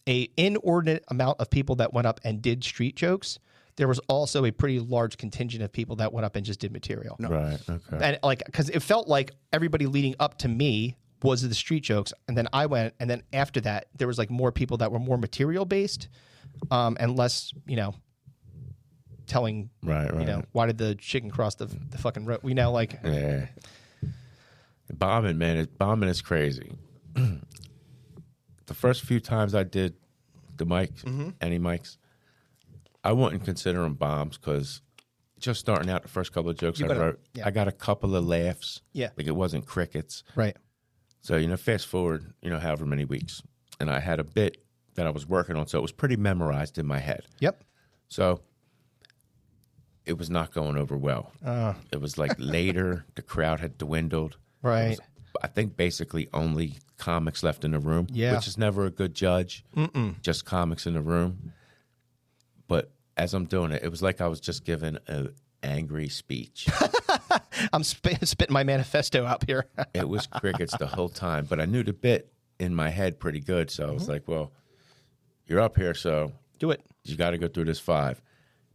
a inordinate amount of people that went up and did street jokes there was also a pretty large contingent of people that went up and just did material
right. Okay.
and like because it felt like everybody leading up to me was the street jokes and then i went and then after that there was like more people that were more material based um and less you know telling
Right. Right.
you know why did the chicken cross the, the fucking road you know like
Yeah. Bombing, man. It, bombing is crazy. the first few times I did the mics,
Mm-hmm.
any mics, I wouldn't consider them bombs because just starting out the first couple of jokes
You
I
gotta-
wrote,
yeah.
I got a couple of laughs.
Yeah.
Like it wasn't crickets.
right
So, you know, fast forward, you know, however many weeks. And I had a bit that I was working on. So it was pretty memorized in my head.
yep
So it was not going over well. it was like later, the crowd had dwindled. It was,
Right.
I think basically only comics left in the room,
Yeah.
which is never a good judge. Just comics in the room. But as I'm doing it, it was like I was just giving an angry speech.
i'm sp- spitting my manifesto out here
it was crickets the whole time, but I knew the bit in my head pretty good. So I was like, well, you're up here, so
do it
you got to go through this five.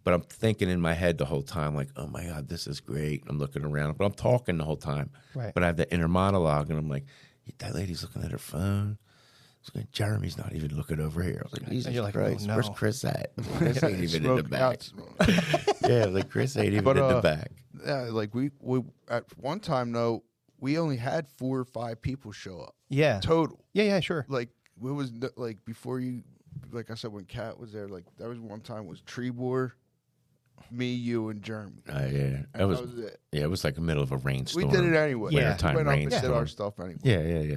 But I'm thinking in my head the whole time, like, oh my God, this is great. I'm looking around, but I'm talking the whole time.
Right.
But I have the inner monologue, and I'm like, that lady's looking at her phone. She's like, Jeremy's not even looking over here. I was like, Jesus
you're like, oh,
Christ,
no.
where's Chris at? Chris ain't even in the
Smoke
back.
out.
yeah, like Chris ain't even
But,
in the
uh,
back.
Yeah, like we we at one time though we only had four or five people show up
yeah
total.
yeah yeah sure
Like it was n- like before you, like I said when Kat was there, like that was one time was Tree War, me, you, and Jeremy.
Uh, yeah, that
That
was,
was it.
yeah, it was like the middle of a
We
rainstorm.
did it anyway.
Yeah.
we
Wintertime
went up and did
rainstorm.
our stuff anyway.
Yeah, yeah, yeah.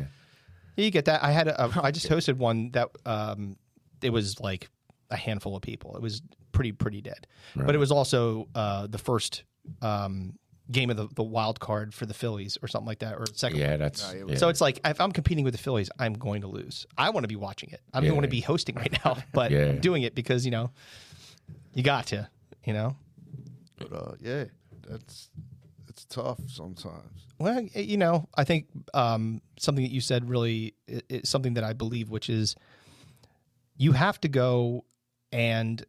Yeah, you get that. I had a, a I just hosted one that um it was like a handful of people. It was pretty pretty dead. But it was also uh the first um game of the, the wild card for the Phillies or something like that or second.
Yeah, that's. yeah.
So it's like if I'm competing with the Phillies, I'm going to lose. I want to be watching it. I don't even
Yeah.
want to be hosting right now, but
Yeah.
I'm doing it because, you know, you got to, you know.
But uh, yeah, that's it's tough sometimes.
Well, y- you know, I think um, something that you said really i- is something that I believe, which is you have to go and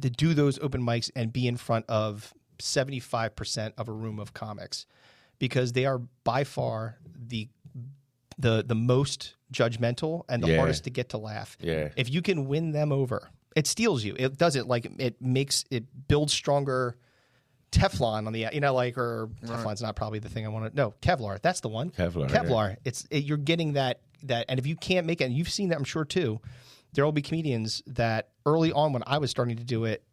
to do those open mics and be in front of 75% of a room of comics because they are by far the the the most judgmental and the
Yeah.
hardest to get to laugh.
Yeah.
If you can win them over, it steals you. It does it like it makes it builds stronger Teflon on the you know like or Teflon's not probably the thing I want to no Kevlar that's the one
Kevlar, yeah.
Kevlar it's it, you're getting that that and if you can't make it and you've seen that I'm sure too there will be comedians that early on when I was starting to do it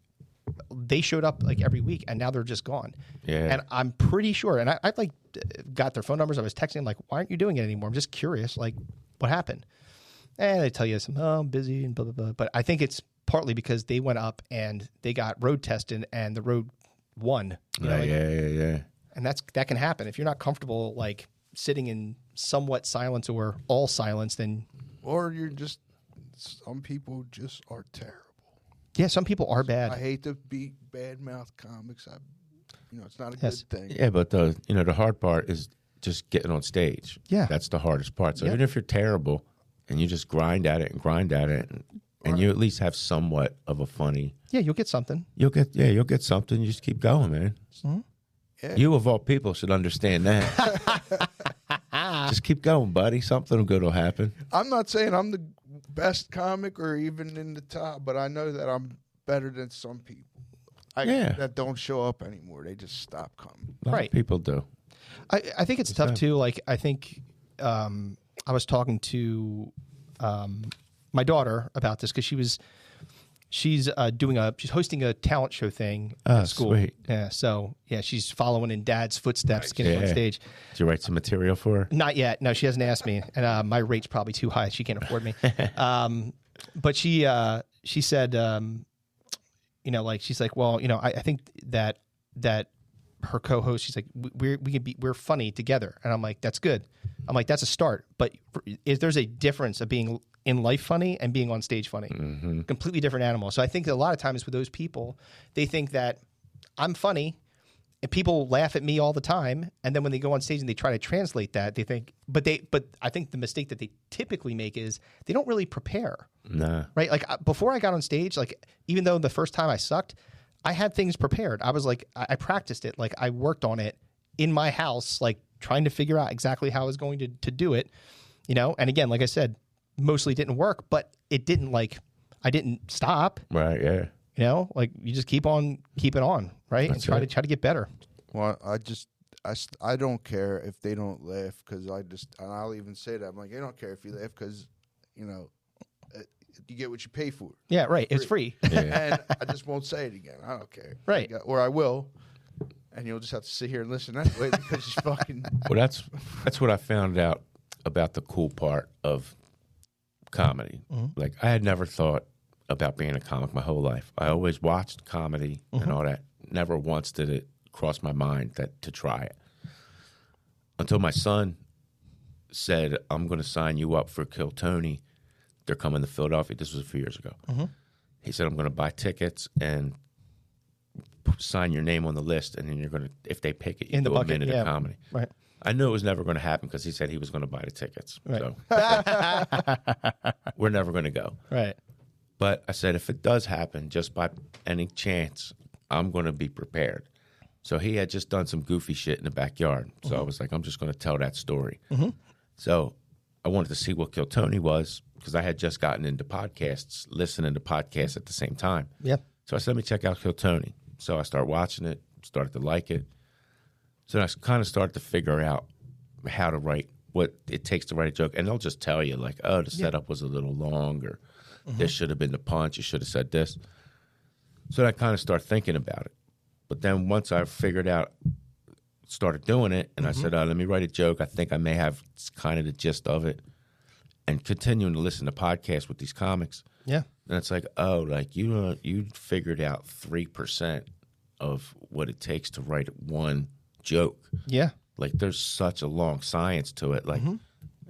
they showed up like every week and now they're just gone
Yeah.
and I'm pretty sure and I, I like got their phone numbers I was texting them like why aren't you doing it anymore I'm just curious like what happened and they tell you some oh I'm busy and blah blah blah. But I think it's partly because they went up and they got road tested and the road won. You know,
Yeah,
like-
yeah, yeah, yeah.
And that's that can happen. If you're not comfortable like sitting in somewhat silence or all silence, then
Or you're just some people just are terrible.
yeah, some people are
I
bad.
hate to be bad mouth comics. I, you know, it's not a
Yes.
good thing.
Yeah, but the you know the hard part is just getting on stage.
Yeah.
that's the hardest part. So
Yeah.
even if you're terrible, and you just grind at it and grind at it, and, and you at least have somewhat of a funny,
Yeah, you'll get something.
you'll get yeah, you'll get something. You just keep going, man.
Mm-hmm.
Yeah.
You of all people should understand that. just keep going, buddy. Something will good will happen.
I'm not saying I'm the best comic or even in the top, but I know that I'm better than some people. I,
Yeah.
That don't show up anymore. They just stop coming.
A lot of
Right.
people do.
I, I think it's tough too. Like I think um, I was talking to um, my daughter about this because she was she's uh, doing a she's hosting a talent show thing
Oh,
at school.
sweet.
Yeah, so yeah, she's following in dad's footsteps, getting on
Yeah.
stage.
Did you write some material for her?
Not yet. No, she hasn't asked me, and uh, my rate's probably too high. She can't afford me. um, but she uh, she said, um, you know, like she's like, well, you know, I, I think that that her co-host, she's like, we we're, we can be we're funny together, and I'm like, that's good. I'm like, that's a start, but if there's a difference of being in life funny and being on stage funny, completely different animal. So I think that a lot of times with those people, they think that I'm funny. And people laugh at me all the time, and then when they go on stage and they try to translate that, they think, but they, but I think the mistake that they typically make is they don't really prepare
Nah.
right? Like I- before I got on stage, like even though the first time I sucked, I had things prepared. I was like, I, I practiced it, like I worked on it in my house, like trying to figure out exactly how I was going to to do it, you know. And again, like I said, mostly didn't work, but it didn't like I didn't stop,
Right. Yeah.
you know. Like you just keep on keeping on, right? and try
it.
to try to get better.
Well, I just I, s- I don't care if they don't laugh because I just and I'll even say that I'm like I don't care if you laugh because you know uh, you get what you pay for.
Yeah, right. It's free.
and I just won't say it again. I don't care.
Right.
Like, or I will, and you'll just have to sit here and listen anyway because you fucking.
Well, that's that's what I found out about the cool part of comedy.
Mm-hmm.
Like I had never thought about being a comic my whole life. I always watched comedy
Mm-hmm.
and all that. Never once did it cross my mind that to try it. Until my son said, "I'm going to sign you up for Kill Tony." They're coming to Philadelphia. This was a few years ago.
Mm-hmm.
He said, "I'm going to buy tickets and p- sign your name on the list, and then you're going to if they pick it, you
In the
do
bucket,
a minute
yeah.
of comedy."
Right.
I knew it was never going to happen because he said he was going to buy the tickets. So we're never going to go.
Right.
But I said, if it does happen, just by any chance, I'm going to be prepared. So he had just done some goofy shit in the backyard. So I was like, I'm just going to tell that story. So I wanted to see what Kill Tony was because I had just gotten into podcasts, listening to podcasts at the same time.
Yeah.
So I said, let me check out Kill Tony. So I started watching it, started to like it. So I kind of started to figure out how to write, what it takes to write a joke. And they'll just tell you, like, oh, the setup was a little long, or this should have been the punch, you should have said this. So then I kind of start thinking about it. But then once I figured out, started doing it, and I said, oh, let me write a joke. I think I may have kind of the gist of it. And continuing to listen to podcasts with these comics.
Yeah.
And it's like, oh, like you don't, you figured out three percent of what it takes to write one joke.
Yeah.
Like there's such a long science to it. Like,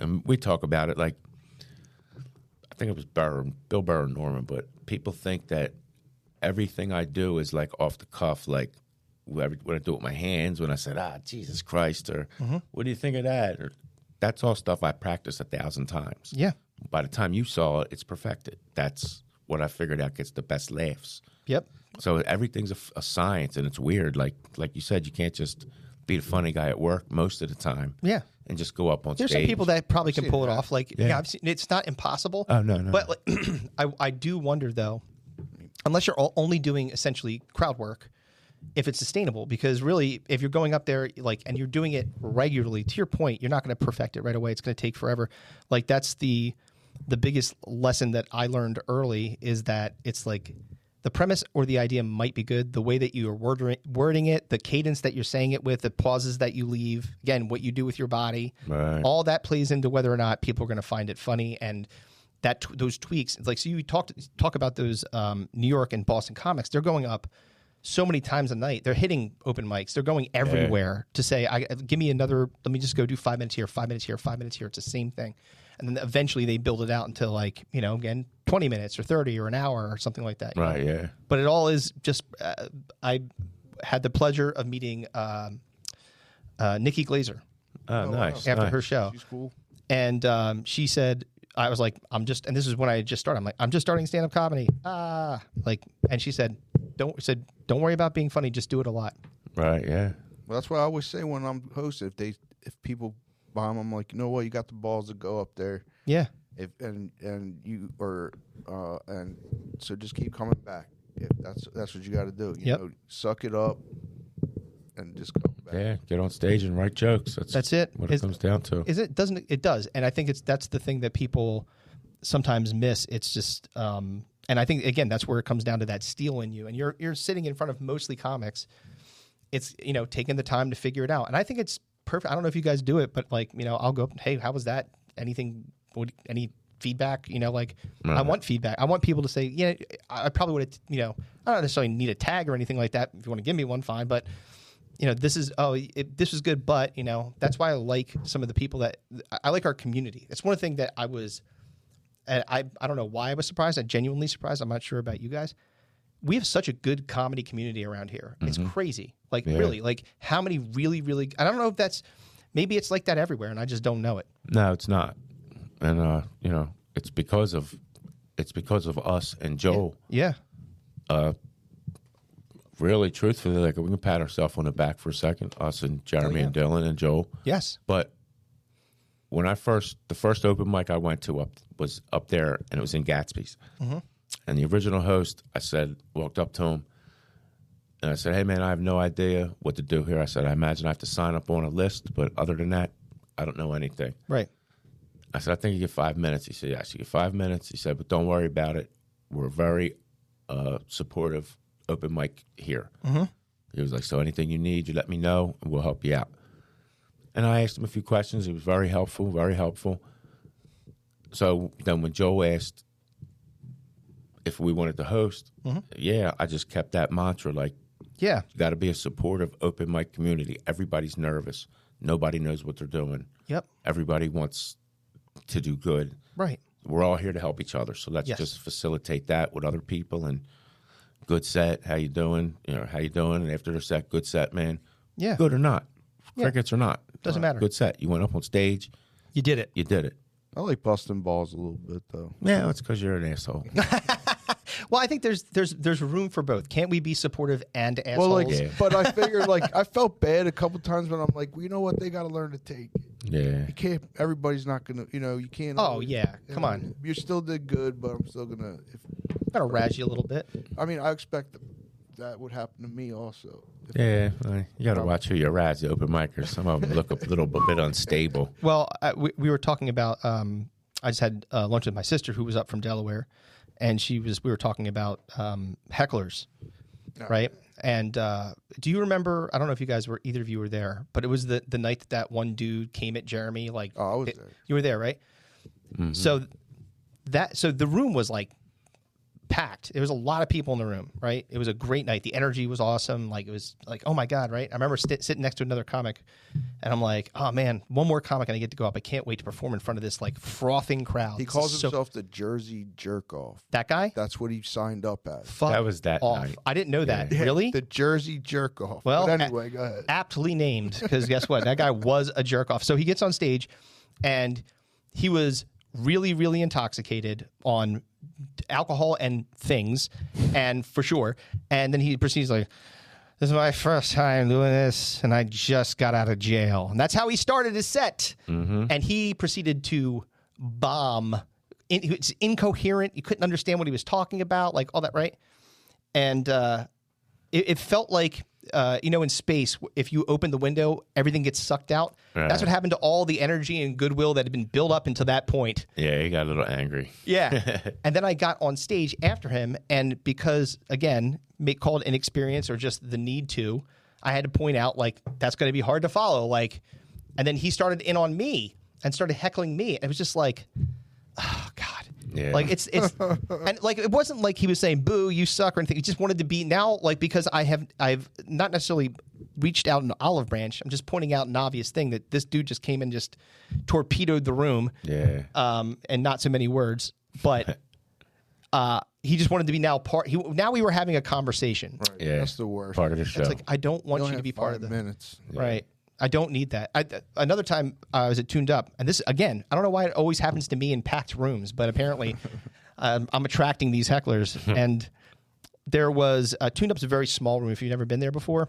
and we talk about it. Like, I think it was Burr, Bill Burr and Norman, but people think that everything I do is like off the cuff. Like whatever- when I do it with my hands, when I said, ah, Jesus Christ, or what do you think of that? Or that's all stuff I practiced a thousand times
Yeah.
by the time you saw it, it's perfected. That's what I figured out gets the best laughs.
Yep.
So everything's a, f- a science, and it's weird. Like like you said, you can't just be the funny guy at work most of the time.
Yeah.
and just go up on
There's
stage.
some people that probably can pull it off. Like, yeah, I've seen, it's not impossible.
Oh, no, no.
But like, I, I do wonder though, unless you're o- only doing essentially crowd work, if it's sustainable. Because really, if you're going up there like and you're doing it regularly, to your point, you're not going to perfect it right away. It's going to take forever. Like that's the the biggest lesson that I learned early is that it's like the premise or the idea might be good. The way that you are wording, wording it, the cadence that you're saying it with, the pauses that you leave, again, what you do with your body,
Right.
all that plays into whether or not people are going to find it funny and that t- those tweaks. It's like so you talked talk about those um, New York and Boston comics. They're going up so many times a night. They're hitting open mics. They're going everywhere to say, "I give me another. Let me just go do five minutes here, five minutes here, five minutes here." It's the same thing, and then eventually they build it out until like you know again twenty minutes or thirty or an hour or something like that. you know?
right? Yeah,
but it all is just uh, I had the pleasure of meeting um, uh, Nikki Glazer
oh, nice.
after
nice.
her show,
She's cool.
and um, she said. I was like, I'm just, and this is when I had just started. I'm like, I'm just starting stand up comedy. Ah, like, and she said, don't said, don't worry about being funny. Just do it a lot.
right? Yeah,
Well, that's what I always say when I'm hosting. If they if people bomb, I'm like, you know what? You got the balls to go up there.
Yeah,
If and and you or uh and so just keep coming back. If that's that's what you got to do. You
Yep.
know, suck it up and just come back.
yeah. Get on stage and write jokes. That's
That's it.
What
Is-
it comes down to.
is it doesn't it- it does and i think it's that's the thing that people sometimes miss it's just um and i think again that's where it comes down to that steel in you and you're you're sitting in front of mostly comics it's you know taking the time to figure it out and i think it's perfect i don't know if you guys do it but like you know i'll go up hey how was that anything what any feedback. You know, like I want feedback. I want people to say, yeah, I I probably would have, you know, I don't necessarily need a tag or anything like that. If you want to give me one, fine. But you know, this is oh, it, this was good, but you know, that's why I like some of the people that I- I like our community. It's one thing that I was, and I I don't know why I was surprised. I genuinely surprised. I'm not sure about you guys. We have such a good comedy community around here. It's crazy. Like really, like how many really really? I don't know if that's maybe it's like that everywhere, and I just don't know it.
No, it's not. And uh, you know, it's because of it's because of us and Joel.
Yeah,
Really, truthfully, like we can pat ourselves on the back for a second, us and Jeremy
Oh,
and Dylan and Joel.
yes,
But when I first, the first open mic I went to up was up there, and it was in Gatsby's. And the original host, I said, walked up to him, and I said, "Hey, man, I have no idea what to do here." I said, "I imagine I have to sign up on a list, but other than that, I don't know anything."
right.
I said, I think you get five minutes. He said, Yes, you get five minutes. He said, But don't worry about it. We're very uh, supportive open mic here. He was like, So anything you need, you let me know and we'll help you out. And I asked him a few questions. He was very helpful, very helpful. So then when Joe asked if we wanted to host, yeah, I just kept that mantra like,
Yeah,
you got to be a supportive open mic community. Everybody's nervous, nobody knows what they're doing.
yep,
Everybody wants to do good.
right.
We're all here to help each other. So let's
Yes.
just facilitate that with other people and good set. How you doing? You know, how you doing? And after the set, good set, man.
Yeah.
Good or not. Crickets or not.
Doesn't
Uh,
matter.
Good set. You went up on stage.
You did it.
You did it.
I like busting balls a little bit though.
Yeah, it's because you're an asshole.
Well, I think there's there's there's room for both. Can't we be supportive and assholes?
Well, like,
Yeah.
but I figured like I felt bad a couple times, but I'm like, well, you know what? They got to learn to take. it.
yeah.
You can't. Everybody's not gonna. You know, you can't.
Oh,
always-
yeah.
you
Come
know,
on.
You still did good, but I'm still gonna. If,
I'm gonna razz you a little bit.
I mean, I expect that, that would happen to me also. If-
Yeah. well, You got to watch who you rise, the open micers. Some of them look a little bit unstable.
Well, I, we, we were talking about. Um, I just had uh, lunch with my sister who was up from Delaware, and she was. We were talking about um, hecklers, right? And uh, do you remember? I don't know if you guys were either of you were there, but it was the the night that that one dude came at Jeremy. Like,
Oh, I was
it-
there.
You were there, right? So that so the room was like packed. There was a lot of people in the room, right? It was a great night. The energy was awesome. Like it was like, oh my god, right? I remember sti- sitting next to another comic, and I'm like, oh man, one more comic and I get to go up. I can't wait to perform in front of this like frothing crowd.
He
This
calls
is so-
himself the Jersey Jerk Off.
that guy.
That's what he signed up as.
Fuck
That was that
off.
night.
I didn't know that. Really?
The Jersey Jerk Off.
Well,
but anyway, go ahead.
aptly named because guess what? That guy was a jerk off. So he gets on stage and he was really, really intoxicated on alcohol and things, and for sure. And then he proceeds like, this is my first time doing this, and I just got out of jail. And that's how he started his set. And he proceeded to bomb. In, it's incoherent. You couldn't understand what he was talking about, like all that, right? And uh, it, it felt like uh, you know in space if you open the window everything gets sucked out that's what happened to all the energy and goodwill that had been built up until that point
Yeah, he got a little angry.
yeah and then i got on stage after him and because again make called inexperience or just the need to i had to point out like that's going to be hard to follow like and then he started in on me and started heckling me it was just like oh god
Yeah.
like it's it's and like it wasn't like he was saying boo you suck or anything. He just wanted to be now like because I have I've not necessarily reached out an olive branch. I'm just pointing out an obvious thing that this dude just came and just torpedoed the room.
Yeah.
Um and not so many words, but uh he just wanted to be now part he now we were having a conversation.
yeah.
That's the worst.
Part of the show.
It's like I don't want you
only
to
have
be part of
five
the
minutes.
Right. I don't need that. I, th- another time I was at Tuned Up, and this again, I don't know why it always happens to me in packed rooms, but apparently um, I'm attracting these hecklers. and there was uh, Tuned Up's a very small room if you've never been there before.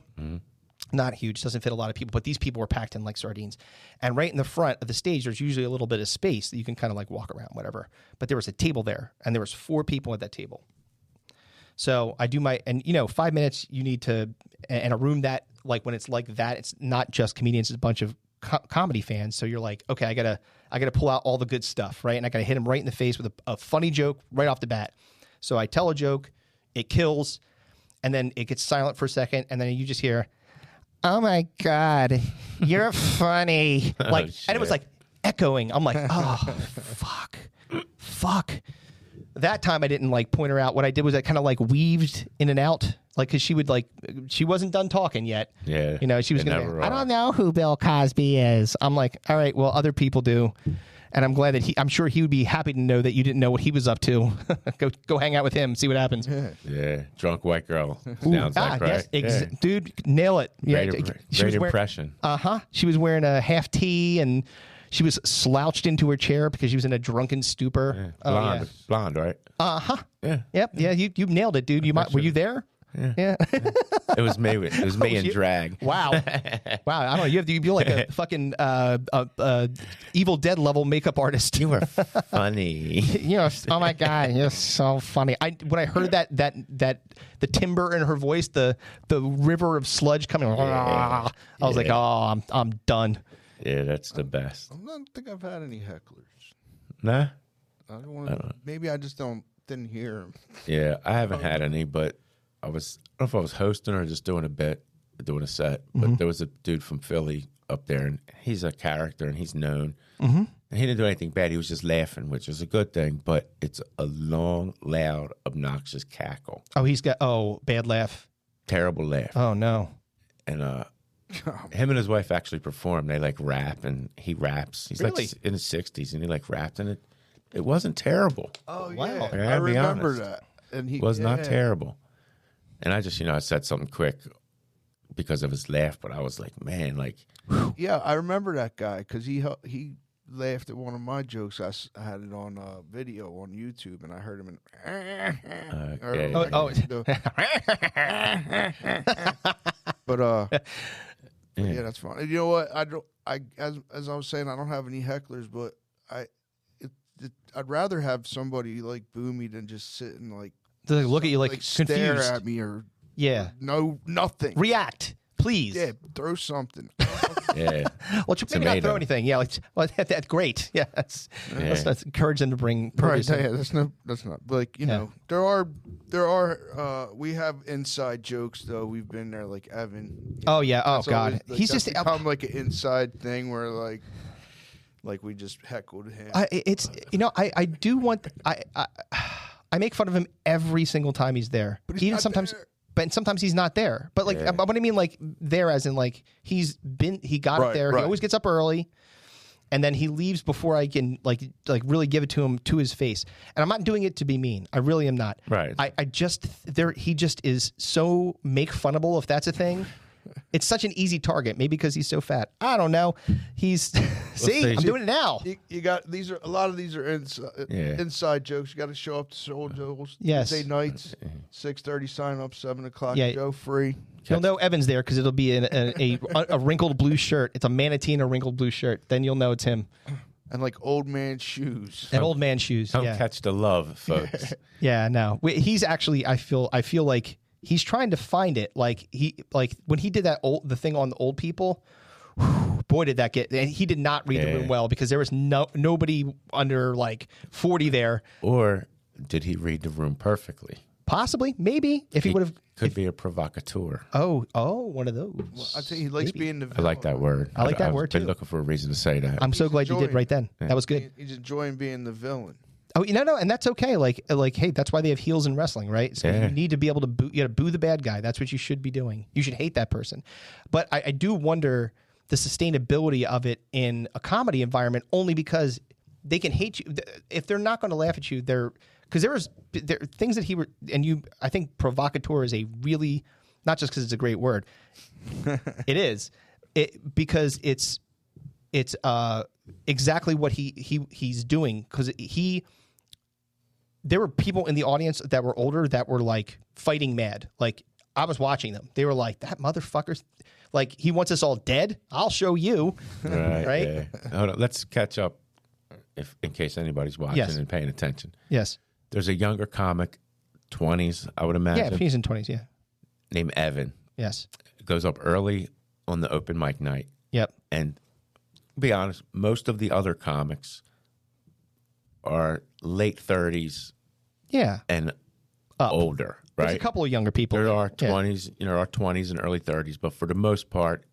Not huge, doesn't fit a lot of people, but these people were packed in like sardines. And right in the front of the stage, there's usually a little bit of space that you can kind of like walk around, whatever. But there was a table there, and there was four people at that table. So I do my and you know five minutes you need to and a room that like when it's like that it's not just comedians it's a bunch of co- comedy fans so you're like okay I gotta I gotta pull out all the good stuff right and I gotta hit him right in the face with a, a funny joke right off the bat. So I tell a joke, it kills, and then it gets silent for a second and then you just hear, "Oh my god, you're funny!" Like and it was like echoing. I'm like, "Oh fuck." fuck. That time I didn't like point her out. What I did was I kind of like weaved in and out, like because she would like she wasn't done talking yet.
Yeah,
you know she was
they
gonna.
never
Go, I
are.
don't know who Bill Cosby is. I'm like, all right, well other people do, and I'm glad that he. I'm sure he would be happy to know that you didn't know what he was up to. go go hang out with him, see what happens.
Yeah, drunk white girl sounds
Ah,
like right.
yes, ex-
yeah.
dude, nail it. Yeah,
Great,
d-
impre-
she
great
was wearing,
impression.
uh huh. She was wearing a half tee and she was slouched into her chair because she was in a drunken stupor. Oh, yeah.
blonde, blonde, right? Uh huh. Yeah,
Yep. Yeah. You you nailed it, dude. You might. Were you there? Yeah.
it was me. with- It was me in
you-
drag.
wow. Wow. I don't know. You have to. You're like a fucking uh, uh, uh, Evil Dead level makeup artist.
You were funny.
Yes. Oh my God. You're so funny. I when I heard that that that the timber in her voice, the the river of sludge coming. I was like, oh, I'm I'm done.
yeah, that's the best.
I don't think I've had any hecklers.
Nah.
I don't want to. Maybe I just don't didn't hear 'em.
Yeah, I
Oh.
haven't had any, but I was I don't know if I was hosting or just doing a bit, doing a set.
Mm-hmm.
But there was a dude from Philly up there, and he's a character and he's known. Mm-hmm. And he didn't do anything bad. He was just laughing, which is a good thing. But it's a long, loud, obnoxious cackle,
Oh, he's got oh bad laugh.
terrible laugh.
Oh no.
And uh,
Oh,
him and his wife actually perform. They like rap, and he raps. He's
Really?
like in his sixties, and he like rapped, and it it wasn't terrible.
Oh
Wow. yeah.
I gotta
I
be
remember
honest.
that. And he
was not
yeah.
terrible. And I just, you know, I said something quick because of his laugh, but I was like, man, like,
Yeah, I remember that guy because he hel- he laughed at one of my jokes. I, s- I had it on uh, video on YouTube, and I heard him. In, I heard him
yeah,
like
yeah.
do- but uh,
yeah.
yeah, that's fine. And you know what? I don't. I as as I was saying, I don't have any hecklers, but I, it, it, I'd rather have somebody like boo me than just sit and like
They look at you like,
like stare
confused.
at me or
Yeah.
no nothing.
React, please.
yeah, throw something.
yeah.
Well, maybe not
Tomato.
throw anything. Yeah. Like, well, that, that's great. Yeah. That's, Let's, let's encourage them to bring
Right,
produce. in.
yeah, that's not that's not like you
Yeah.
know there are there are uh we have inside jokes though we've been there like Evan.
Oh yeah. Oh
It's
god.
always, like,
he's
that's
just.
become like an inside thing where like like we just heckled him.
I, it's you know I, I do want I, I I make fun of him every single time he's there.
But he's
Even
not
sometimes,
there.
but sometimes he's not there. But like, but what I mean, like there, as in like he's been he got up
Right,
there. He
right.
always gets up early, and then he leaves before I can like like really give it to him to his face. And I'm not doing it to be mean. I really am not.
Right.
I, I just there he just is so make funnable if that's a thing. It's such an easy target, maybe because he's so fat. I don't know. He's see,
see.
I'm doing it now.
you, you got these are a lot of these are inside
Yeah.
inside jokes. You got to show up to Soul Joe's
Uh, Yes. Uh,
Tuesday nights, six thirty sign up, seven o'clock.
Yeah.
Joe free.
You'll know Evan's there because it'll be in a, a, a wrinkled blue shirt. It's a manatee in a wrinkled blue shirt. Then you'll know it's him.
And like old man shoes.
And old man shoes.
Don't
yeah,
catch the love, folks.
yeah. No, Wait, he's actually. I feel. I feel like he's trying to find it. Like he. Like when he did that old the thing on the old people. whew, Boy, did that get! And he did not read the room
Yeah.
well because there was no nobody under like forty there.
or did he read the room perfectly?
Possibly, maybe if he would have.
Could be a provocateur.
Oh, oh, one of those.
I tell you, he likes being the.
I like that word.
I like that
I've
word,
Been
too.
looking for a reason to say that.
I'm so glad you did
enjoying
right then. That was good.
He's enjoying being the villain.
Oh, you know, no, and that's okay. Like, like, hey, that's why they have heels in wrestling, right? It's 'cause
Yeah.
you need to be able to boo, you got to boo the bad guy. That's what you should be doing. You should hate that person. But I, I do wonder the sustainability of it in a comedy environment, only because they can hate you Th- if they're not going to laugh at you. They're because there was there are things that he were and you. I think provocateur is a really not just because it's a great word. it is it because it's it's uh exactly what he he he's doing because he there were people in the audience that were older that were like fighting mad like i was watching them they were like that motherfucker's like he wants us all dead i'll show you
right.
Right?
yeah. Hold on. Let's catch up if, in case anybody's watching
Yes.
and paying attention.
yes
There's a younger comic, 20s, I would
yeah
imagine,
he's in 20s yeah
named Evan.
yes
Goes up early on the open mic night.
yep
and be honest, most of the other comics are late thirties
yeah
and
Up.
older,
there's
right?
a couple of younger people
there are
Yeah.
twenties, you know, there are twenties and early thirties, but for the most part,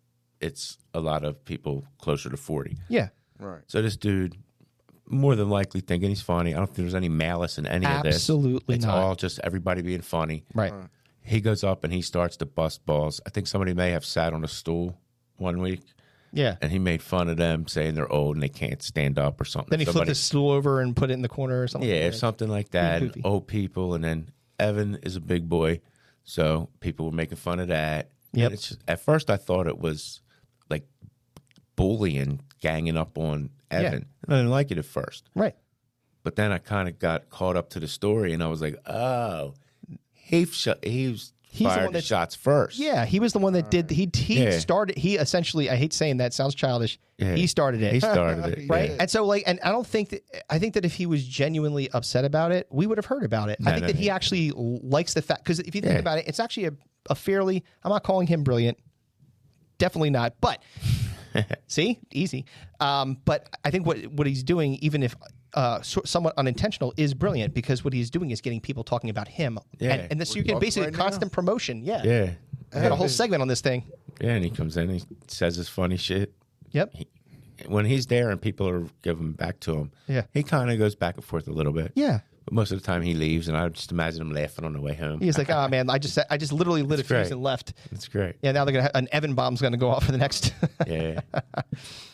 it's a lot of people closer to forty.
yeah
Right.
So this dude more than likely thinking he's funny. I don't think there's any malice in any of this.
Absolutely
it's
not.
all just everybody being funny.
Right.
He goes up and he starts to bust balls. I think somebody may have sat on a stool one week
Yeah.
and he made fun of them saying they're old and they can't stand up or something.
Then he flipped
Somebody-
his stool over and put it in the corner or something.
yeah,
like that.
something like that. and
goofy.
old people, and then Evan is a big boy, so people were making fun of that.
Yep.
And it's just- at first, I thought it was like bullying, ganging up on Evan. And I didn't like it at first,
Right.
but then I kind of got caught up to the story, and I was like, oh, he shot. He was
He's the
fired
one
the
that-
shots first.
Yeah, he was the one that did. He he
Yeah.
started. He essentially. I hate saying that. Sounds childish.
Yeah.
He started it.
He started it.
right?
yeah.
And so, like, and I don't think that I think that if he was genuinely upset about it, we would have heard about it.
No,
I think
no,
that he
no.
actually likes the fact because if you think
Yeah.
about it, it's actually a, a fairly. I'm not calling him brilliant, definitely not. But see, easy. Um, but I think what what he's doing, even if. Uh, so, somewhat unintentional is brilliant because what he's doing is getting people talking about him,
Yeah.
and, and this you can
talking
basically
right now.
constant promotion. Yeah,
Yeah.
I got a whole segment on this thing.
Yeah, and he comes in, he says his funny shit.
Yep.
When he's there and people are giving back to him,
Yeah.
he kind of goes back and forth a little bit.
Yeah.
But most of the time he leaves, and I just imagine him laughing on the way home.
He's like, oh man, I just I just literally lit a
That's
fuse
great.
and left.
That's great.
Yeah, now they're gonna ha- an Evan bomb's gonna go off for the next.
Yeah.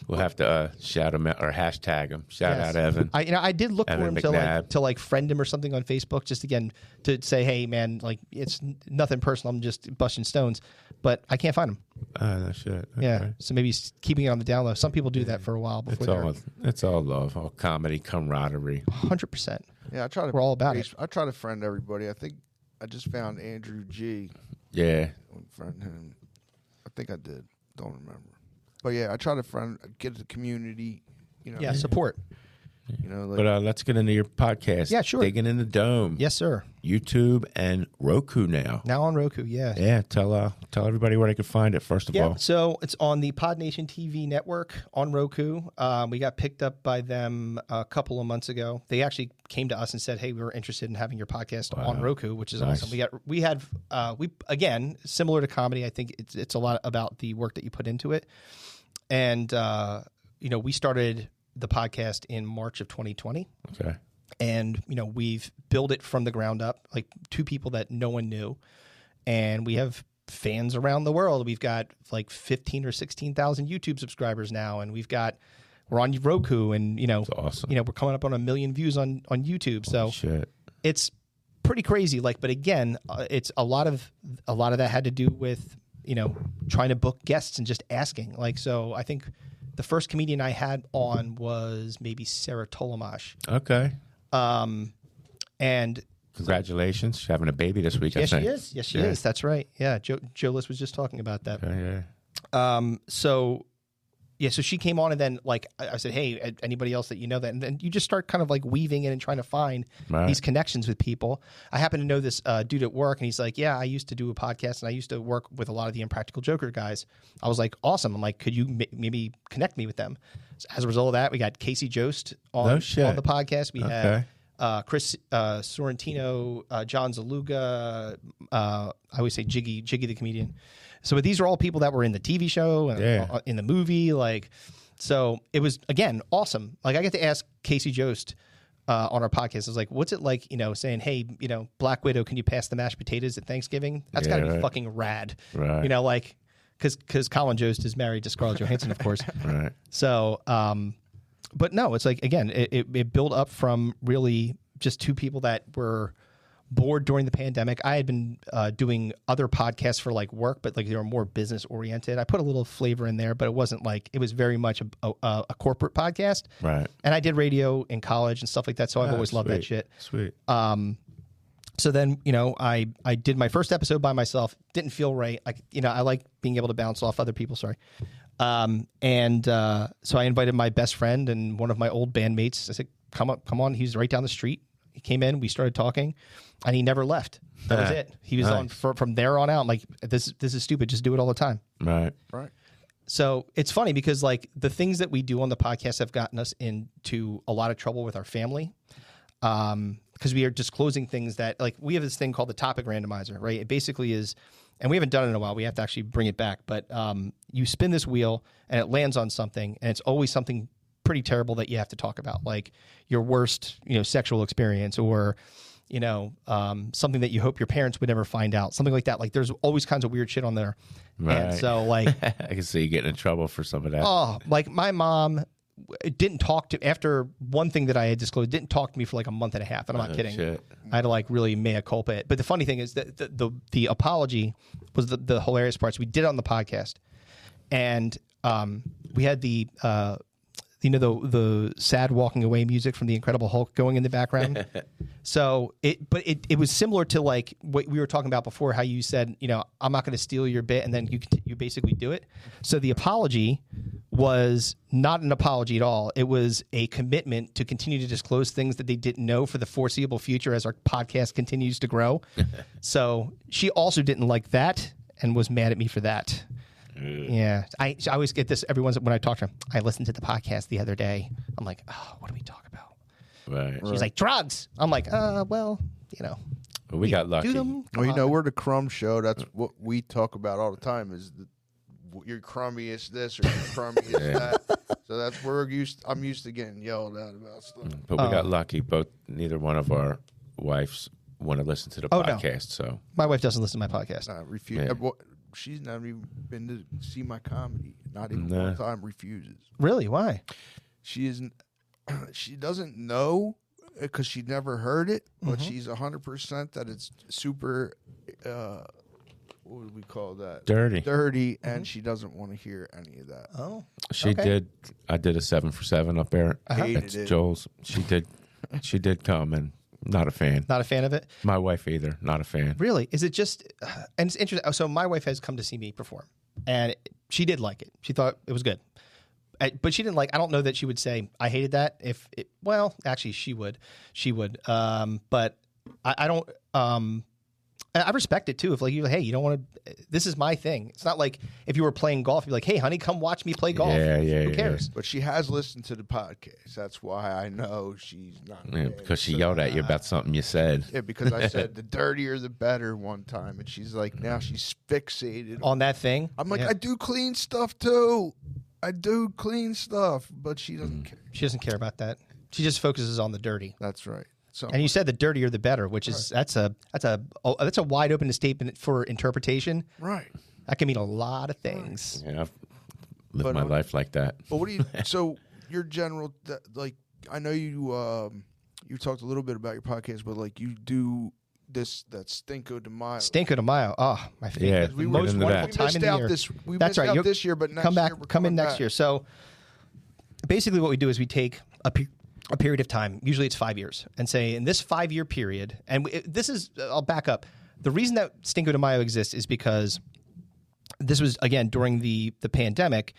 we'll have to uh, shout him out or hashtag him. Shout
Yes.
out Evan.
I you know I did look
Evan
for him to like
McNabb.
to like friend him or something on Facebook just again to say hey man like it's n- nothing personal I'm just busting stones but I can't find him
oh, no shit.
yeah
Okay.
so maybe he's keeping it on the down low some people do that for a while before
It's
they're
all, it's all love, all comedy, camaraderie.
hundred percent
Yeah, I try to.
We're all about it.
face- I try to friend everybody. I think I just found Andrew G.
Yeah.
Friend him. I think I did. Don't remember. But yeah, I try to friend, get the community. You know,
yeah support
you know, like
But uh, let's get into your podcast.
Yeah, sure.
Digging in the Dome.
yes sir
YouTube and Roku now.
now on Roku yeah
Yeah, tell uh, tell everybody where they can find it first of
Yeah,
all.
so it's on the Pod Nation TV network on Roku. Um, we got picked up by them a couple of months ago. They actually came to us and said, "Hey, we were interested in having your podcast on Roku, which is awesome." We got we had uh, we again similar to comedy. I think it's it's a lot about the work that you put into it, and uh, you know we started the podcast in March of 2020
Okay.
and you know we've built it from the ground up like two people that no one knew and we have fans around the world we've got like 15 or 16,000 YouTube subscribers now and we've got we're on Roku and you know
awesome.
you know we're coming up on a million views on on YouTube so
Shit.
it's pretty crazy like but again uh, it's a lot of a lot of that had to do with you know trying to book guests and just asking like so i think the first comedian i had on was maybe sarah tolomash
Okay.
Um, and
Congratulations. She's having a baby this week,
Yes,
I think.
she is. Yes, she
Yeah.
is. That's right. Yeah, Joe, Joe List was just talking about that.
Yeah, yeah.
So, yeah, so she came on, and then like I I said, hey, a- anybody else that you know that, and then you just start kind of like weaving in and trying to find
Right.
these connections with people. I happen to know this uh, dude at work, and he's like, yeah, I used to do a podcast, and I used to work with a lot of the Impractical Joker guys. I was like, awesome. I'm like, could you ma- maybe connect me with them? So as a result of that, we got Casey Jost on,
No shit.
on the podcast. We
Okay.
had uh, Chris uh, Sorrentino, uh, John Zaluga. Uh, I always say Jiggy, Jiggy the comedian. So, but these are all people that were in the TV show and
Yeah.
uh, in the movie. Like, so it was again awesome. Like, I get to ask Casey Jost. Uh, on our podcast, I was like, "What's it like, you know, saying, hey, you know, Black Widow, can you pass the mashed potatoes at Thanksgiving? That's
Yeah,
got to be
right.
fucking rad,
Right.
you know, like, because because Colin Jost is married to Scarlett Johansson, of course,
Right.
so, um, but no, it's like again, it, it, it built up from really just two people that were bored during the pandemic. I had been uh, doing other podcasts for like work, but like they were more business oriented. I put a little flavor in there, but it wasn't like it was very much a, a, a corporate podcast.
Right.
And I did radio in college and stuff like that, so I've
Ah,
always loved that
sweet.
shit. Uh,
Sweet.
So then, you know, I I did my first episode by myself. Didn't feel right. I, you know, I like being able to bounce off other people. Sorry. Um, and uh, so I invited my best friend and one of my old bandmates. I said, "Come up, come on." He was right down the street. He came in. We started talking, and he never left. That was it. He was on for, from there on out. I'm like this, this is stupid. Just do it all the time.
right.
right.
So it's funny because like the things that we do on the podcast have gotten us into a lot of trouble with our family. Um, because we are disclosing things that like we have this thing called the topic randomizer, right? It basically is and we haven't done it in a while. We have to actually bring it back, but um, you spin this wheel and it lands on something and it's always something pretty terrible that you have to talk about, like your worst, you know, sexual experience or, you know, um, something that you hope your parents would never find out, something like that. Like there's always kinds of weird shit on there, and
Right.
so like
I can see you getting in trouble for some of that.
oh, like my mom w- didn't talk to after one thing that I had disclosed didn't talk to me for like a month and a half, and I'm not kidding.
shit.
I had to like really mea culpa it. But the funny thing is that the the, the apology was the, the hilarious parts. We did it on the podcast, and um, we had the uh, you know the the sad walking away music from the Incredible Hulk going in the background. so it, but it, it was similar to like what we were talking about before, how you said, you know, I'm not going to steal your bit, and then you cont- you basically do it. So the apology was not an apology at all. It was a commitment to continue to disclose things that they didn't know for the foreseeable future as our podcast continues to grow. so she also didn't like that and was mad at me for that. Yeah, I, I always get this. Everyone's when I talk to him, I listened to the podcast the other day. I'm like, oh, what do we talk about?
Right.
She's like, drugs. I'm like, uh, well, you know,
Well, we got lucky.
do them.
Well, you know, we're the crumb show. That's what we talk about all the time. Is the, your crummiest this or your crummiest that. So that's where we're used. I'm used to getting yelled at about stuff.
But we
Oh.
got lucky. Both neither one of our wives want to listen to the
Oh, no.
podcast. So
My wife doesn't listen to my podcast.
I refuse.
Yeah.
uh, what- She's never even been to see my comedy. Not even
Nah.
one time. Refuses.
Really? Why?
she isn't she doesn't know because she never heard it
Mm-hmm.
but she's 100% that it's super uh what would we call that
dirty. Mm-hmm.
dirty and she doesn't want to hear any of that
Oh,
She
Okay. Uh-huh.
did. I did a seven for seven up there.
Hated
It's
it.
Joel's. She did. She did come and not a fan.
not a fan of it.
My wife either. Not a fan.
Really? Is it just? And it's interesting. oh, So my wife has come to see me perform, and she did like it. She thought it was good, Uh, but she didn't like. I don't know that she would say I hated that. If it, well, actually, she would. She would. Um, but I, I don't. Um, I I respect it too. If like you, hey, you don't want to. This is my thing. It's not like if you were playing golf, you'd be like, hey, honey, come watch me play golf.
Yeah, yeah,
Who
yeah.
cares?
but she has listened to the podcast that's why i know she's not
Yeah,
mad.
because she
So-
yelled at you about something you said.
yeah because i said the dirtier the better one time and she's like now she's fixated
On that thing,
i'm like
Yeah.
i do clean stuff too i do clean stuff but she
Mm.
doesn't care
she doesn't care about that. She just focuses on the dirty.
that's right so
And you said the dirtier the better, which is that's a that's a oh, that's a wide open statement for interpretation.
right
That can mean a lot of things.
Yeah, I've lived
But
my
on-
life like that.
But what do you? so your general, th- like, I know you. Um, you talked a little bit about your podcast, but like, you do this that stinko de mayo.
Stinko de Mayo. Oh, my
Yeah,
favorite.
we
the
were-
most
into
wonderful
that.
We
time
missed
in the
out
year.
this. We
That's
missed
right.
out
You'll-
this year, but next
come back,
year we're
come in
coming
next
back.
year. So basically, what we do is we take a, pe- a period of time. Usually, it's five years, and say in this five year period, and we, this is I'll back up. The reason that Stinko de Mayo exists is because this was again during the the pandemic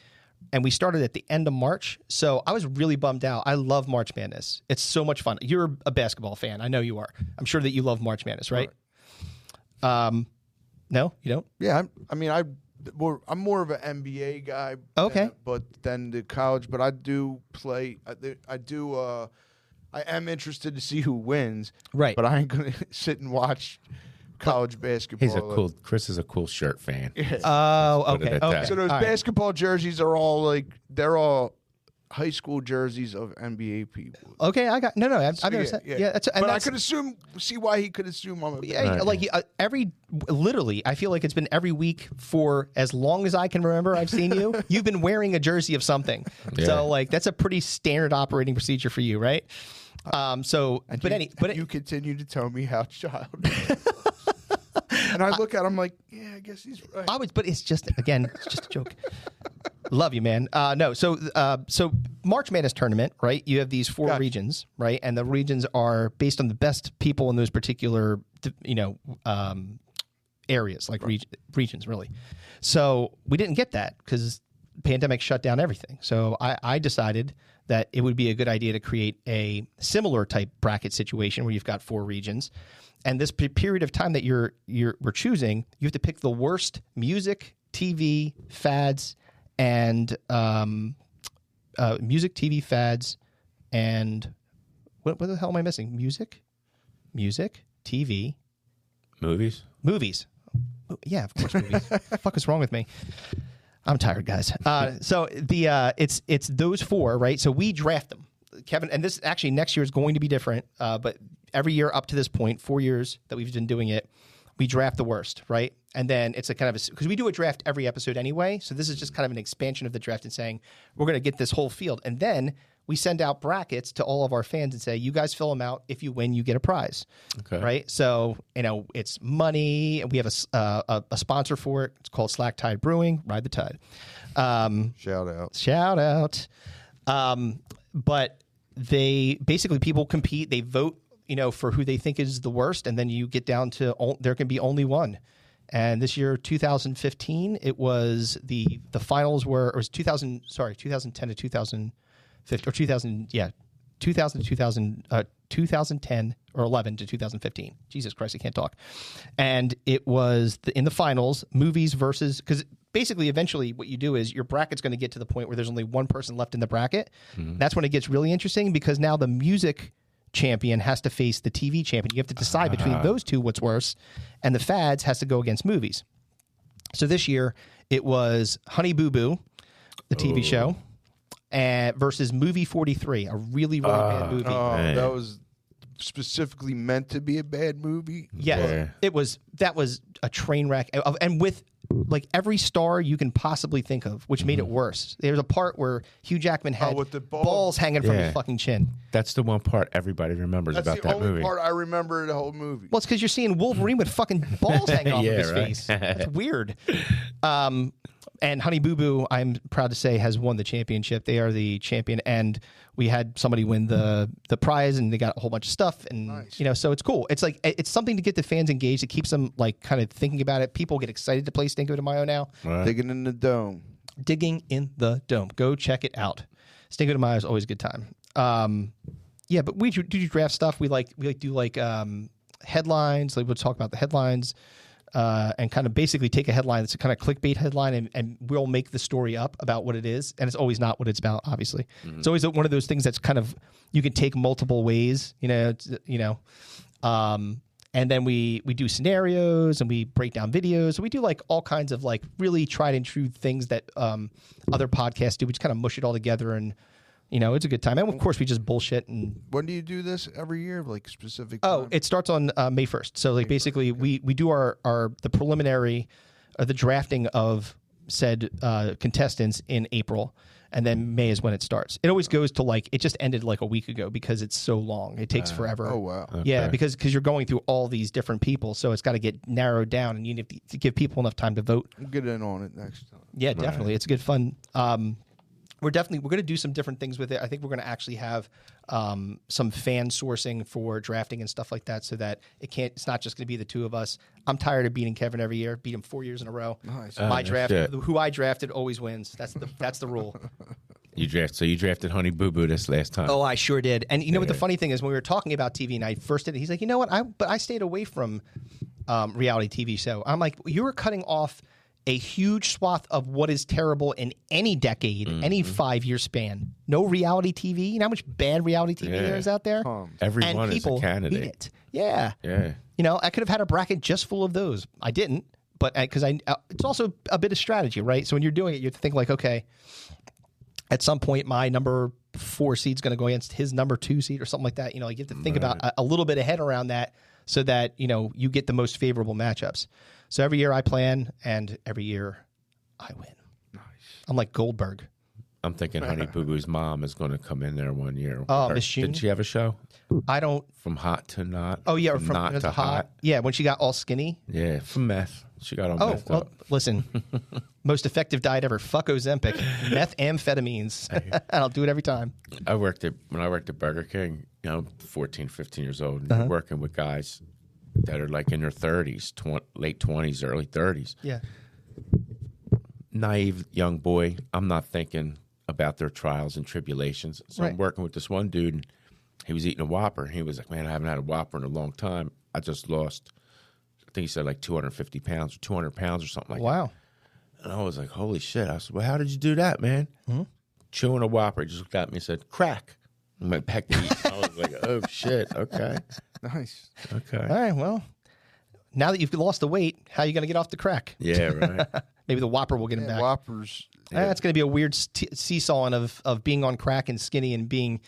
and we started at the end of march so i was really bummed out i love march madness it's so much fun you're a basketball fan i know you are i'm sure that you love march madness right, um no you don't
Yeah, I'm, I mean, I. More, I'm more of an NBA guy. than-
Okay.
but then the college, but I do play. I, do- I do. uh I am interested to see who wins.
Right.
But I ain't gonna sit and watch college basketball.
He's a cool. Chris is a cool shirt fan.
oh
put it
okay
at
okay
that.
So those
All right.
basketball jerseys are all like they're all high school jerseys of NBA people.
okay Oh, i got no no i've, I've never said yeah, that's and
but
that's,
I could assume see why he could assume I'm a
Yeah, like uh, every literally, I feel like it's been every week for as long as I can remember. I've seen you. You've been wearing a jersey of something,
Yeah.
so like that's a pretty standard operating procedure for you, right? Um. So, but
you,
any, but
you
it,
continue to tell me how child. and I look at him like, yeah, I guess he's right.
I was, but it's just again, it's just a joke. Love you, man. Uh, no, so uh, so March Madness tournament, right? You have these four regions, right? And the regions are based on the best people in those particular, you know, um, areas, like reg- regions, really. So we didn't get that because pandemic shut down everything. So I, I decided that it would be a good idea to create a similar type bracket situation where you've got four regions, and this pe- period of time that you're you're we're choosing, you have to pick the worst music, TV fads, and um, uh, music, TV fads, and what, what the hell am I missing? Music, music, TV,
Movies.
movies. Yeah, of course, movies. the fuck is wrong with me? I'm tired, guys. Uh, so the uh, it's it's those four, right? So we draft them, Kevin. And this actually next year is going to be different, uh, but every year up to this point, four years that we've been doing it, we draft the worst, right? And then it's a kind of because we do a draft every episode anyway. So this is just kind of an expansion of the draft and saying we're going to get this whole field, and then we send out brackets to all of our fans and say, you guys fill them out. If you win, you get a prize.
Okay.
Right. So, you know, it's money. We have a, s- uh, a, a sponsor for it. It's called Slack Tide Brewing. Ride the Tide. Um,
Shout out.
shout out. Um, but they basically people compete. They vote, you know, for who they think is the worst, and then you get down to o- there can be only one. And this year, 2015, it was the the finals were or it was 2000 sorry 2010 to 2015 or 2000 yeah 2000 to 2000 uh, 2010 or 11 to 2015 jesus christ i can't talk and it was the, in the finals movies versus because basically eventually what you do is your bracket's going to get to the point where there's only one person left in the bracket that's when it gets really interesting because now the music champion has to face the tv champion you have to decide between those two what's worse and the fads has to go against movies so this year it was honey boo boo the tv
Oh.
show and versus movie 43 a really really
Ah.
bad movie
Oh,
Man.
that was specifically meant to be a bad movie.
Yeah,
Yeah.
it was. That was a train wreck, of- and with like every star you can possibly think of, which made it
Mm-hmm.
worse. There was a part where Hugh Jackman had
Oh, with the ball-
balls hanging from
Yeah.
his fucking chin.
That's the one part everybody remembers
That's
about
the
that
only
movie.
part I remember of the whole movie.
Well, it's because you're seeing Wolverine with fucking balls hanging off
Yeah,
of his
right.
face. It's weird. Um, and Honey Boo Boo, I'm proud to say, has won the championship. They are the champion, and we had somebody win the the prize, and they got a whole bunch of stuff, and you know, so it's cool. It's like it- it's something to get the fans engaged. It keeps them like kind of thinking about it. People get excited to play Stinko de Mayo now.
Digging in the dome.
Digging in the Dome. Go check it out. Stinko de Mayo is always a good time. Um, yeah, but we do, do draft stuff. We like we like do like um, headlines. Like we'll talk about the headlines uh, and kind of basically take a headline that's a kind of clickbait headline, and, and we'll make the story up about what it is. And it's always not what it's about. Obviously, it's always one of those things that's kind of you can take multiple ways. You know, it's, you know. Um, and then we we do scenarios and we break down videos. We do like all kinds of like really tried and true things that um, other podcasts do. We just kind of mush it all together and you know it's a good time. And of course we just bullshit and
When do you do this every year? Like specific?
oh
time?
it starts on uh, May first. So like basically we we do our our the preliminary or the drafting of said uh, contestants in April. And then May is when it starts. It always goes to like it just ended like a week ago because it's so long. It takes forever.
oh wow.
Yeah, because because you're going through all these different people, so it's got to get narrowed down, and you need to give people enough time to vote.
We'll get in on it next time.
Yeah, definitely, it's good fun. Um, we're definitely we're going to do some different things with it. I think we're going to actually have um, some fan sourcing for drafting and stuff like that, so that it can't. It's not just going to be the two of us. I'm tired of beating Kevin every year. Beat him four years in a row. My draft,
shit.
who I drafted, always wins. That's the that's the rule.
You draft so you drafted Honey Boo Boo this last time.
Oh, I sure did. And you know what the funny thing is, when we were talking about TV, and I first did it, he's like, you know what? I but I stayed away from um, reality TV show. I'm like, you were cutting off a huge swath of what is terrible in any decade, any
Mm-hmm.
five year span. No reality TV. You know how much bad reality TV
Yeah.
there is out there. and
Everyone is
people
a
Hate
candidate.
it. Yeah.
Yeah.
You know, I could have had a bracket just full of those. I didn't, but because I, uh, it's also a bit of strategy, right? So when you're doing it, you have to think like, okay, at some point, my number four seed's going to go against his number two seed or something like that. You know, like you have to think about a, a little bit ahead around that so that you know you get the most favorable matchups. So every year I plan, and every year I win. I'm like Goldberg.
I'm thinking Honey Boo Boo's mom is going to come in there one year.
Oh,
Her-
Miss June?
Didn't she have a show?
I don't.
From hot to not.
Oh yeah,
from,
from
not
it was
to hot.
Yeah, when she got all skinny.
Yeah, from meth. She got all
Oh,
messed
well,
up.
listen. Most effective diet ever. Fuck Ozempic. Methamphetamines. and I'll do it every time.
I worked at when I worked at Burger King. You know, 14, 15 years old,
Uh-huh.
and you're working with guys that are like in their thirties, tw- late twenties, early thirties.
Yeah.
naive young boy. I'm not thinking about their trials and tribulations. So
Right.
I'm working with this one dude. And he was eating a Whopper. And he was like, "Man, I haven't had a Whopper in a long time. I just lost." I think he said like 250 pounds or 200 pounds or something like
Wow.
that. And I was like, "Holy shit!" I said, "Well, how did you do that, man?"
Hmm?
Chewing a Whopper. He just looked at me and said, "Crack." And went back to eat. I was like, "Oh shit! Okay,
Nice.
okay."
All right. Well, now that you've lost the weight, how are you going to get off the crack?
Yeah, right.
Maybe the Whopper will get him
Yeah,
back.
Whoppers.
Ah, That's going to be a weird st- seesawing of of being on crack and skinny and being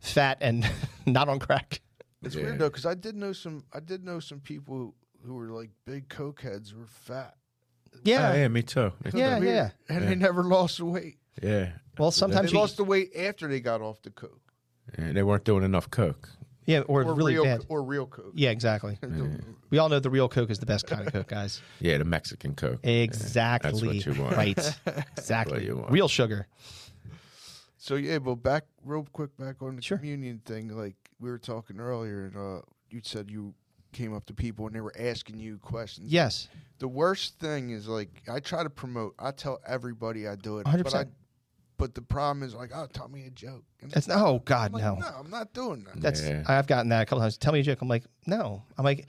fat and not on crack.
It's
Yeah.
weird though, because I did know some. I did know some people who were like big cokeheads who were fat.
Yeah.
Oh, yeah, me too. Me too.
Yeah,
Weird.
yeah.
And they never lost the weight.
yeah.
Well,
They
sometimes you,
lost the weight after they got off the coke
Yeah, They weren't doing enough coke.
yeah, or,
or
really
real
bad.
or real coke.
yeah, exactly. We all know the real Coke is the best kind of Coke, guys.
Yeah, the Mexican coke.
Exactly.
That's what you want.
Right. Exactly.
what you want.
Real sugar.
So yeah, but back real quick back on the
Sure.
communion thing. Like we were talking earlier, and uh, you said you came up to people and they were asking you questions.
Yes.
The worst thing is like I try to promote. I tell everybody I do it, but I.
100%.
But the problem is like, oh, tell me a joke. And
That's oh God
I'm like,
no.
no, I'm not doing that.
That's
Yeah.
I've gotten that a couple times. Tell me a joke. I'm like no. I'm like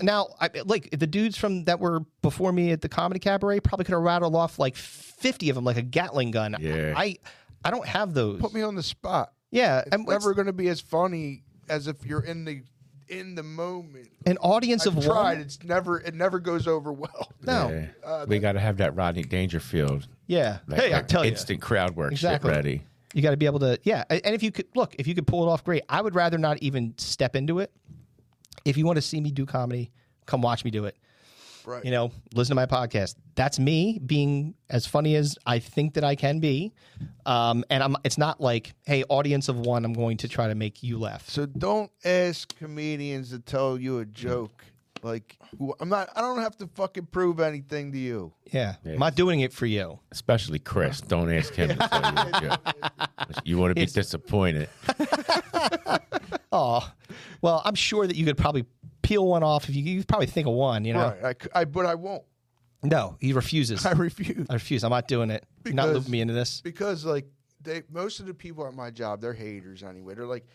now I like the dudes from that were before me at the comedy cabaret probably could have rattled off like 50 of them like a Gatling gun.
Yeah.
I I don't have those.
Put me on the spot.
yeah.
It's
I'm,
never going to be as funny as if you're in the in the moment.
an audience
I've
of
tried.
one.
It's never. It never goes over well.
No.
Yeah.
Uh,
we got to have that Rodney Dangerfield.
Yeah.
Like,
hey, I
like
tell you.
instant crowd work
Exactly.
shit ready.
You got to be able to, yeah. a- And if you could look, if you could pull it off, great. I would rather not even step into it. If you want to see me do comedy, come watch me do it.
Right.
You know, listen to my podcast. That's me being as funny as I think that I can be. Um, and I'm. It's not like, hey, audience of one, I'm going to try to make you laugh.
So don't ask comedians to tell you a joke. Like wh- I'm not. I don't have to fucking prove anything to you.
Yeah, I'm not doing it for you.
Especially Chris. Don't ask him. to tell you, a joke. you want to be disappointed.
Oh, well, I'm sure that you could probably peel one off if you. You probably think of one. You know,
Right. I c I but I won't.
no, he refuses.
I
I
refuse
refuse. I'm not doing it. You're not
Because-
looping me into this.
because like they most of the people at my job they're haters anyway. They're like.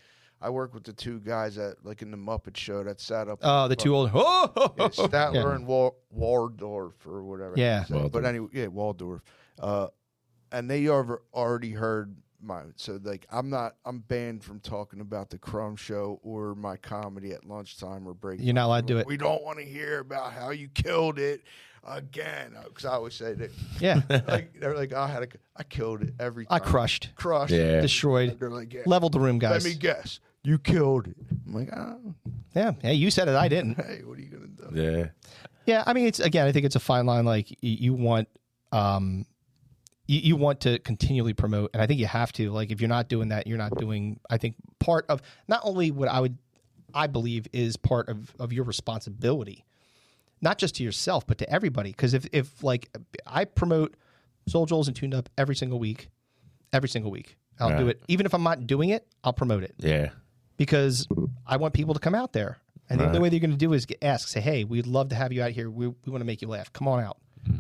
I work with the two guys that, like in the Muppet Show, that sat up.
Oh, the two old. Oh,
Yeah, Statler
Yeah.
and Wal- Waldorf or whatever.
Yeah.
So-
Waldorf.
But anyway, yeah, Waldorf. Uh, and they are, already heard my so like I'm not I'm banned from talking about the Crumb Show or my comedy at lunchtime or break.
You're not allowed to do it.
We don't want to hear about how you killed it again because I always say that.
Yeah.
like they're like I had a I killed it every
I
time.
crushed,
crushed.
Yeah.
destroyed,
They're like yeah.
leveled the room,
Let
guys.
me guess. You killed it. I'm like, oh,
Yeah. Hey, you said it. I didn't.
hey, what are you gonna do?
Yeah.
Yeah. I mean, it's again, I think it's a fine line. Like y- you want, um, you, you want to continually promote, and I think you have to. Like, if you're not doing that, you're not doing. I think part of not only what I would, I believe, is part of of your responsibility, not just to yourself, but to everybody. Because if if like I promote Soul Joel's and Tuned Up every single week, every single week, I'll do
Yeah.
it. Even if I'm not doing it, I'll promote it.
Yeah.
because I want people to come out there. And the only way they're going to do is get, ask, say, hey, we'd love to have you out here. We, we want to make you laugh. Come on out.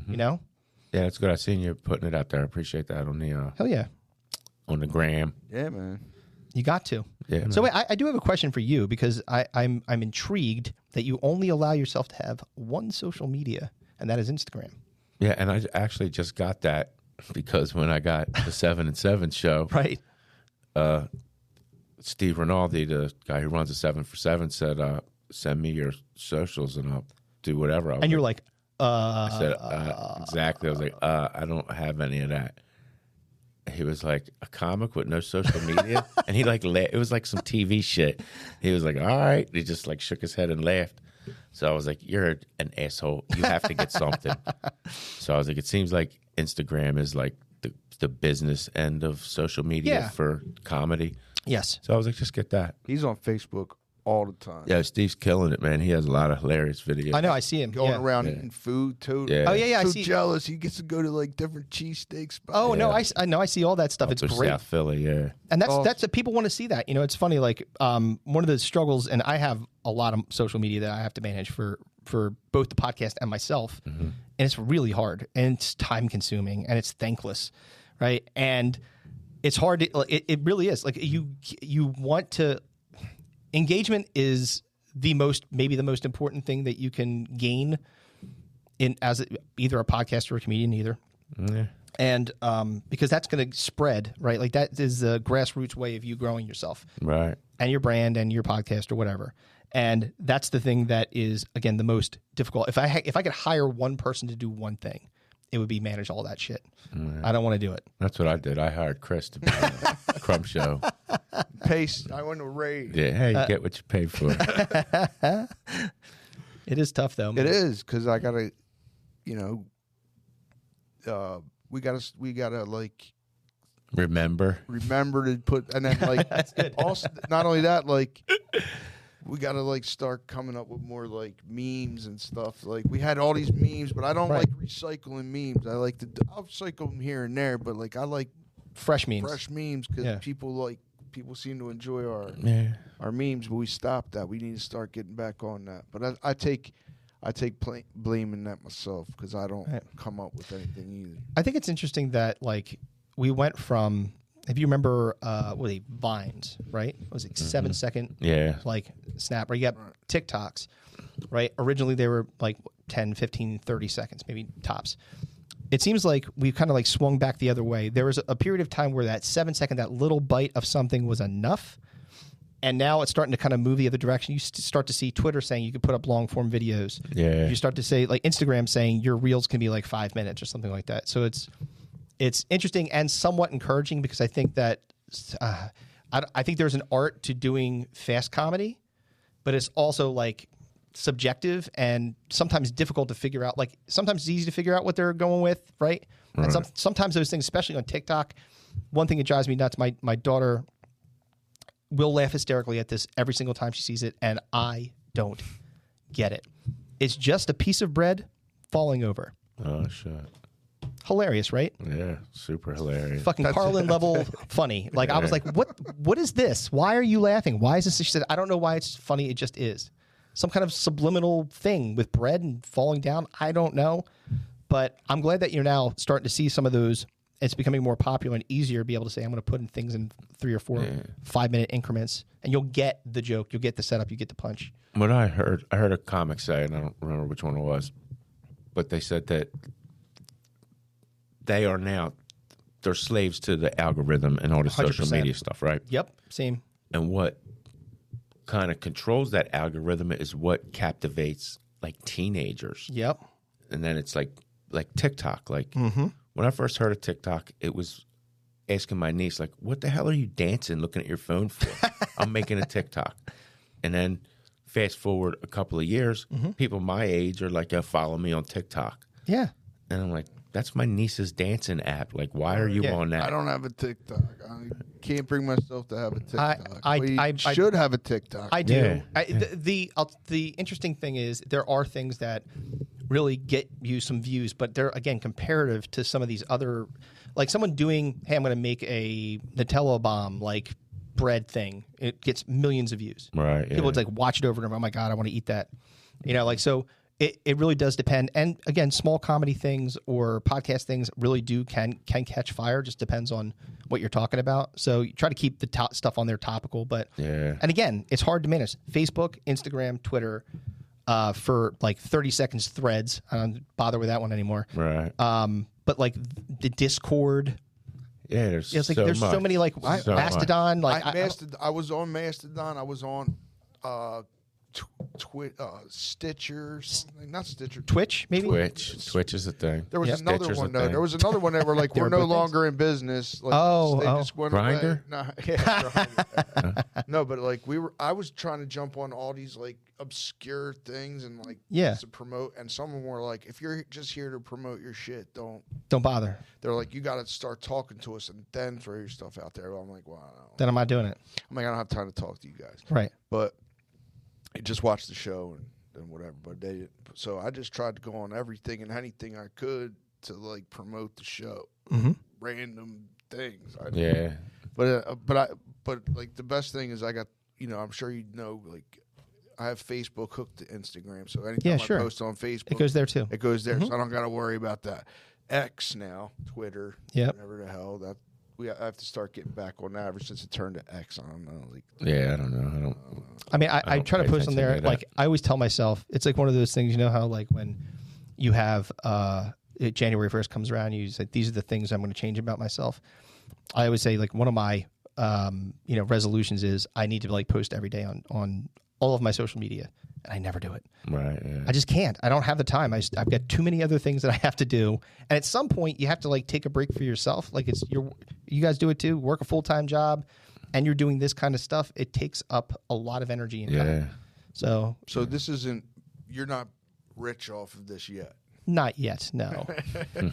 You know?
Yeah, that's good. I seen you putting it out there. I appreciate that on the uh,
Hell yeah.
on the gram.
Yeah, man.
You got to.
Yeah.
So wait, I, I do have a question for you because I, I'm, I'm intrigued that you only allow yourself to have one social media, and that is Instagram.
Yeah, and I j- actually just got that because when I got the Seven and Seven show,
Right.
Steve Rinaldi, the guy who runs the Seven for Seven, said, uh, "Send me your socials and I'll do whatever." I
And you're like, uh,
I said, uh, exactly. I was like, uh, I don't have any of that. He was like a comic with no social media, and he like la- it was like some TV shit. He was like, all right. He just like shook his head and laughed. So I was like, you're an asshole. You have to get something. so I was like, it seems like Instagram is like the the business end of social media
Yeah.
for comedy.
yes.
So I was like, just get that.
He's on Facebook all the time.
Yeah, Steve's killing it, man. He has a lot of hilarious videos.
I know. I see him.
going
Yeah.
around eating food too.
Yeah.
Oh, yeah, yeah. I
so
see.
jealous. He gets to go to like different cheesesteak spots.
Oh, no.
Yeah.
I, s- I know. I see all that stuff.
Up
it's
to
great.
South Philly, yeah.
and that's
Oh.
that's that people want to see that. You know, it's funny. Like um, one of the struggles, and I have a lot of social media that I have to manage for for both the podcast and myself, and it's really hard, and it's time consuming, and it's thankless, right? And it's hard to like, it, it really is like you you want to engagement is the most maybe the most important thing that you can gain in as a, either a podcast or a comedian either and um, because that's going to spread right like that is the grassroots way of you growing yourself
Right.
and your brand and your podcast or whatever and that's the thing that is again the most difficult if i ha- if i could hire one person to do one thing it would be manage all that shit. I don't want to do it.
That's what I did. I hired Chris to be on the crumb show.
Pace. I want to raid.
Yeah, hey, you get what you pay for.
It is tough though.
It is because I gotta, you know, uh, we gotta s- we gotta like
Remember,
remember to put and then like also not only that like we gotta like start coming up with more like memes and stuff like we had all these memes but i don't
Right.
like recycling memes i like to d- i'll cycle them here and there but like i like
Fresh means
fresh memes because
Yeah.
people like people seem to enjoy our
yeah,
our memes but we stopped that we need to start getting back on that but i, I take i take pl- blaming that myself because i don't
Right.
come up with anything either
I think it's interesting that like we went from if you remember uh what were they vines, right? It was like
Mm-hmm.
seven second
yeah.
like snap or you got TikToks, right? Originally they were like 10, 15, 30 seconds, maybe tops. It seems like we kind of like swung back the other way. There was a period of time where that seven second, that little bite of something was enough. And now it's starting to kind of move the other direction. You st- start to see Twitter saying you can put up long form videos.
Yeah.
You start to say like Instagram saying your reels can be like five minutes or something like that. So it's it's interesting and somewhat encouraging because I think that uh, I, I think there's an art to doing fast comedy, but it's also like subjective and sometimes difficult to figure out. Like sometimes it's easy to figure out what they're going with, right? And some, sometimes those things, especially on TikTok, one thing that drives me nuts. My my daughter will laugh hysterically at this every single time she sees it, and I don't get it. It's just a piece of bread falling over.
Oh shit,
Hilarious, right?
yeah, super hilarious.
fucking Carlin level funny. Like I was like, what what is this? Why are you laughing? Why is this? She said, I don't know why it's funny. It just is. Some kind of subliminal thing with bread and falling down. I don't know, but I'm glad that you're now starting to see some of those. It's becoming more popular and easier to be able to say, I'm going to put in things in three or four, five minute increments, and you'll get the joke, you'll get the setup, you get the punch.
What I heard, I heard a comic say, and I don't remember which one it was, but they said that they are now they're slaves to the algorithm and all the social
100%.
media stuff, right?
Yep, same.
And what kind of controls that algorithm is what captivates like teenagers.
Yep,
and then it's like like TikTok. Like when I first heard of TikTok, it was asking my niece like, "What the hell are you dancing, looking at your phone for?" I'm making a TikTok, and then fast forward a couple of years, people my age are like, "Yeah, follow me on TikTok,"
yeah.
and I'm like, "That's my niece's dancing app. Like, why are you
Yeah,
on that?"
I don't have a TikTok. I can't bring myself to have a TikTok.
I-
We
I- I-
should have a TikTok.
I do.
Yeah,
I, The the, I'll, the interesting thing is there are things that really get you some views, but they're again comparative to some of these other, like someone doing, hey, I'm going to make a Nutella bomb like bread thing. It gets millions of views.
Right,
People
yeah.
it's like watch it over and over. Oh my god, I want to eat that. You know, like so. It, it really does depend, and again, small comedy things or podcast things really do can can catch fire. Just depends on what you're talking about. So you try to keep the top stuff on there topical, but
Yeah.
and again, it's hard to manage Facebook, Instagram, Twitter uh, for like 30 seconds threads. I don't bother with that one anymore.
Right.
Um, but like the Discord,
yeah. There's,
it's like
so
there's so
much.
many like
So much.
Mastodon. Like
I,
I- I-
Mastod- I was on Mastodon. I was on uh, tw- twi- uh, Stitcher. Something. Not Stitcher.
Twitch, maybe.
Twitch. Twitch is a thing.
There was
Yep.
another
Stitcher's a
one though.
thing.
There was another one that were like
There
we're
were
no
both things?
longer in business. Like,
Oh,
they
oh.
just went away.
Grindr?
No, yeah, Grindr. no, but like we were. I was trying to jump on all these like obscure things and like
Yeah.
to promote. And some of them were like, if you're just here to promote your shit, don't.
Don't bother.
They're like, you got to start talking to us and then throw your stuff out there. I'm like, wow.
Then I'm not doing it.
I'm like, I don't have time to talk to you guys.
Right.
But I just watched the show and, and whatever. But they so I just tried to go on everything and anything I could to like promote the show.
Mhm.
Random things. I,
Yeah.
But uh, but I but like the best thing is I got you know I'm sure you know like I have Facebook hooked to Instagram. So anytime
Yeah, sure.
I post on Facebook,
It goes there Mm-hmm. too.
it goes there, so I don't got to worry about that. X now, Twitter,
Yep.
whatever the hell that we I have to start getting back on that ever since it turned to X. I don't know, like
Yeah. I don't know. I don't.
I mean, I, I,
don't
try to
pay
post on
attention
there.
to that.
Like I always tell myself, it's like one of those things. You know how like when you have uh, it- January first comes around, you say these are the things I'm going to change about myself. I always say like one of my um, you know resolutions is I need to like post every day on on all of my social media. and I never do it.
Right. Yeah.
I just can't. I don't have the time. I just, I've got too many other things that I have to do. And at some point, you have to like take a break for yourself. Like it's your, you guys do it too. Work a full time job, and you're doing this kind of stuff. It takes up a lot of energy and
yeah.
time. So
So this isn't. You're not rich off of this yet.
Not yet, no.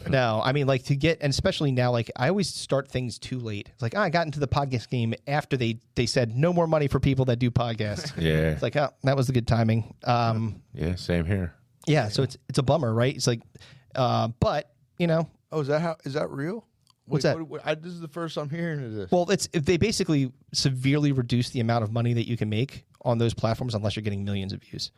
no, I mean, like to get, and especially now, like I always start things too late. It's like, oh, I got into the podcast game after they they said no more money for people that do podcasts.
Yeah.
It's like, oh, that was the good timing. Um,
yeah. Same here.
yeah, so it's it's a bummer, right? It's like, uh, but you know,
Oh, is that how? Is that real?
What's
Wait,
that?
What, what- I, this is the first I'm hearing of this.
well, it's they basically severely reduce the amount of money that you can make on those platforms unless you're getting millions of views.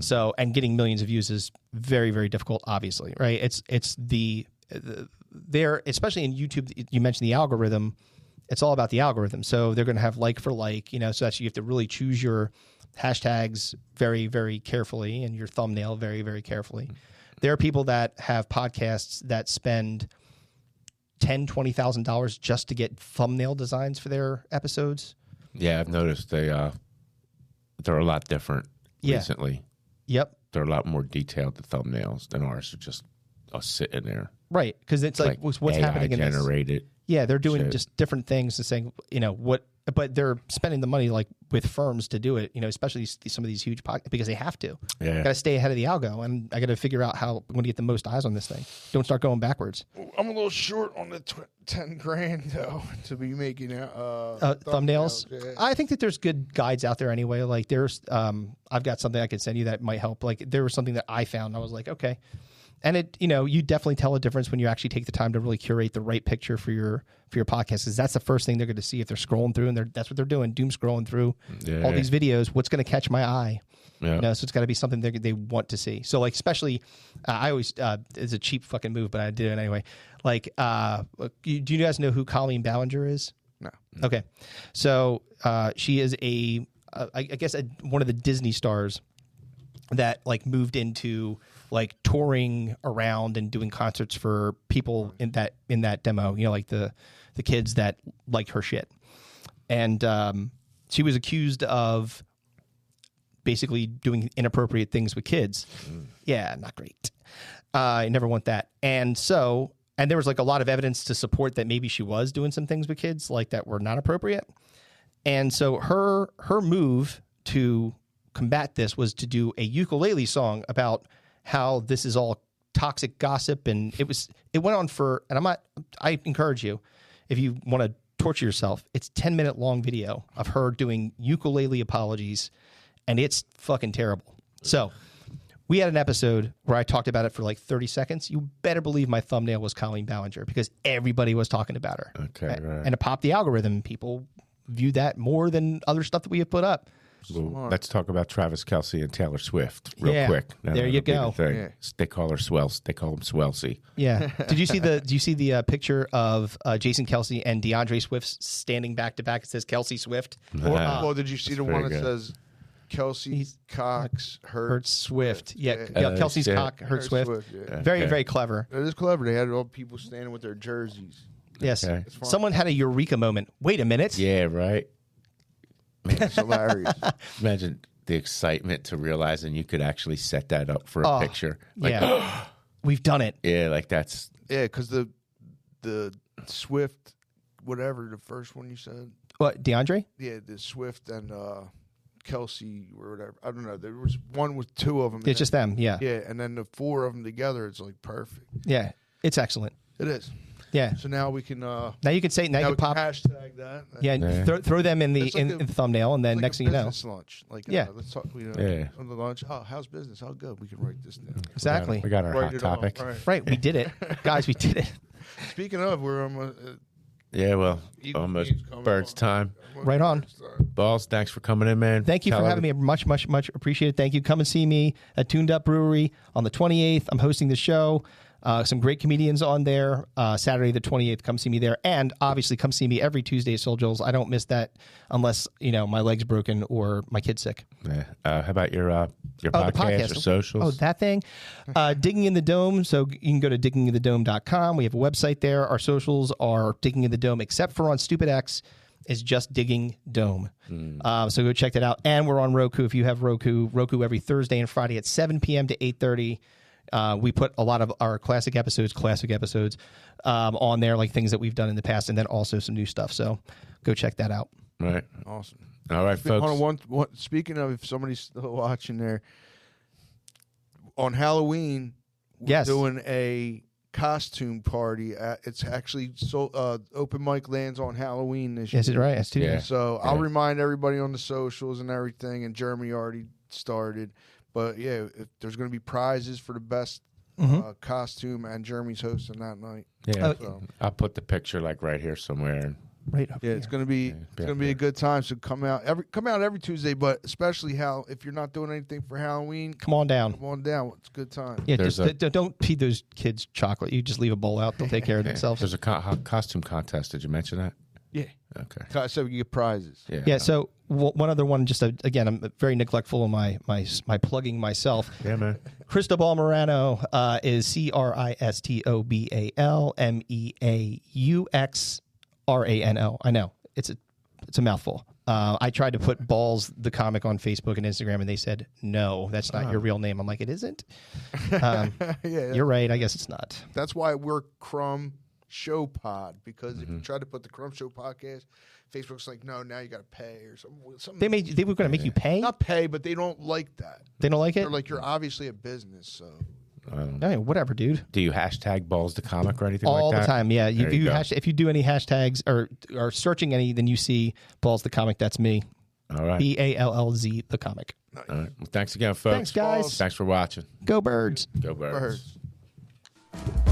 So, and getting millions of views is very, very difficult. Obviously, right? It's it's the, the they're especially in YouTube. You mentioned the algorithm. It's all about the algorithm. So they're going to have like for like, you know. So that's you have to really choose your hashtags very, very carefully and your thumbnail very, very carefully. There are people that have podcasts that spend ten, twenty thousand dollars just to get thumbnail designs for their episodes.
Yeah. I've noticed they uh, they're a lot different
Yeah.
recently.
Yep.
They're a lot more detailed the thumbnails than ours are just us sitting there.
Right. Because it's like, what's, what's
AI
happening in this?
generated.
Yeah, they're doing
Shit.
just different things and saying, you know, what, but they're spending the money like with firms to do it, you know, especially these, some of these huge pockets because they have to.
Yeah.
Got to stay ahead of the algo and I got to figure out how I'm going to get the most eyes on this thing. Don't start going backwards.
I'm a little short on the tw- ten grand though to be making uh,
Uh, thumbnails.
yeah.
I think that there's good guides out there anyway. Like there's, um, I've got something I could send you that might help. Like there was something that I found. I was like, okay, and it, you know, you definitely tell a difference when you actually take the time to really curate the right picture for your for your podcast. Is that's the first thing they're going to see if they're scrolling through, and they're that's what they're doing, doom scrolling through
Yeah.
all these videos. What's going to catch my eye?
Yeah.
You know, so it's got to be something they they want to see. So like especially, uh, I always uh, it's a cheap fucking move, but I did it anyway. Like, uh, you, do you guys know who Colleen Ballinger is?
No.
Okay, so uh, she is a uh, I I guess a, one of the Disney stars that like moved into like touring around and doing concerts for people in that in that demo. You know, like the the kids that liked her shit, and um, she was accused of basically doing inappropriate things with kids. Yeah, not great. Uh, you never want that. And so, and there was like a lot of evidence to support that maybe she was doing some things with kids like that were not appropriate. And so her her move to combat this was to do a ukulele song about how this is all toxic gossip and it was it went on for and I'm not I encourage you if you want to torture yourself it's 10 minute long video of her doing ukulele apologies and it's fucking terrible. So we had an episode where I talked about it for like 30 seconds. You better believe my thumbnail was Colleen Ballinger because everybody was talking about her.
Okay,
A-
right.
And to pop the algorithm, people view that more than other stuff that we have put up.
Well, let's talk about Travis Kelsey and Taylor Swift real
Yeah.
quick.
There you
that'll be the
go.
thing.
Yeah.
They call her Swells. They call him Swelsy.
Yeah. Did you see the? Do you see the uh, picture of uh, Jason Kelsey and DeAndre Swift standing back to back? It says Kelsey Swift. uh,
Or,
Ah,
well, did you see the one that
pretty good.
says Kelsey
He's-
Cox
Hurt
hurts?
Swift. Yeah.
Yeah.
yeah, Kelsey's
Uh, shit.
cock. Hurt
Hurts
Swift.
yeah.
Very
Okay.
very clever.
It is clever. They had all people standing with their jerseys.
Yes.
Okay.
fine.
Someone had a eureka moment. Wait a minute.
Yeah, right.
It's hilarious.
Imagine the excitement to realizing you could actually set that up for a
Oh,
picture. Like,
yeah. We've done it.
yeah, like that's
yeah, because the the Swift, whatever the first one you said,
What DeAndre?
yeah, the Swift and uh, Kelsey or whatever. I don't know. There was one with two of them.
It's just them. Yeah.
yeah, and then the four of them together, it's like perfect.
Yeah, it's excellent.
It is.
Yeah.
So now we can uh,
Now you can say now,
now
you
we
can pop.
can hashtag that.
yeah,
Yeah.
Throw, throw them in the
It's like
in,
a-
in the thumbnail, and then
It's like
next
a
thing you know,
business lunch. Like
Yeah.
yeah, let's talk. You know,
Yeah.
on the lunch. Oh, how's business? How good? We can write this down.
exactly.
We got our
Write
hot
it all.
topic.
All right.
Right, we did it, guys. We did it.
Speaking of, we're almost. Uh,
Yeah, well,
Eagle
almost
Beats coming
birds
up.
time.
Right on.
Balls, thanks for coming in, man.
Thank you
Tell
for having
every-
me. Much, much, much appreciated. Thank you. Come and see me at Tuned Up Brewery on the 28th. I'm hosting the show. Uh, some great comedians on there. Uh, Saturday the 28th. Come see me there, and obviously come see me every Tuesday at Soul Jules. I don't miss that unless you know my leg's broken or my kid's sick.
Yeah. Uh, how about your uh, your
Oh, the
podcast, or socials?
Oh, that thing. Uh, Digging in the Dome. So you can go to digginginthedome.com. We have a website there. Our socials are Digging in the Dome, except for on Stupid X. is Just Digging Dome.
Hmm.
Uh, so go check that out. And we're on Roku if you have Roku. Roku every Thursday and Friday at 7 p.m. to 8.30. Uh, we put a lot of our classic episodes, classic episodes um, on there, like things that we've done in the past, and then also some new stuff. So go check that out.
Right.
Awesome.
All right, folks.
On one, one, speaking of, if somebody's still watching there, on Halloween, we're
Yes.
doing a costume party. At, it's actually so uh, open mic lands on Halloween this year.
Yes, it's right. That's two
Yeah.
days.
So I'll
Yeah.
remind everybody on the socials and everything. And Jeremy already started, but yeah, if there's going to be prizes for the best
Mm-hmm.
uh, costume, and Jeremy's hosting that night.
Yeah.
Hmm? Oh,
So
I'll put the picture like right here somewhere. And
Right up
yeah,
here.
it's going to be it's
yeah,
going to be
yeah.
a good time. So come out every come out every Tuesday, but especially how if you're not doing anything for Halloween,
Come on down.
come on down. It's a good time.
Yeah,
There's
just
a-
d- don't feed those kids chocolate. You just leave a bowl out; they'll take care of themselves.
there's a co- ho- costume contest. Did you mention that?
Yeah,
Okay.
so you get prizes.
Yeah.
Yeah. So w- one other one, just a, again, I'm very neglectful of my my my plugging myself.
Yeah, man.
Cristobal Morano uh, is C R I S T O B A L M E A U X R A N O. I know it's a it's a mouthful. Uh, I tried to put balls the comic on Facebook and Instagram, and they said no, that's not
Ah.
your real name. I'm like, it isn't. Um,
yeah,
You're right. I guess it's not.
That's why we're Crumb Show Pod because if you
Mm-hmm.
try to put the Crumb Show podcast, Facebook's like, no, now you got to pay or something. something
They made they were going to make you pay.
not pay, but they don't like that.
They don't like it.
They're like, you're obviously a business, so
Hey, whatever, dude.
Do you hashtag balls the comic or anything
all
like that?
the time. Yeah, you,
There
if
you
you
go.
hash, if you do any hashtags or or searching any, then you see balls the comic. That's me.
All right.
B a l l z the comic.
All right. Well, thanks again, folks.
Thanks, guys.
Thanks for watching.
Go birds.
Go Birds.
birds.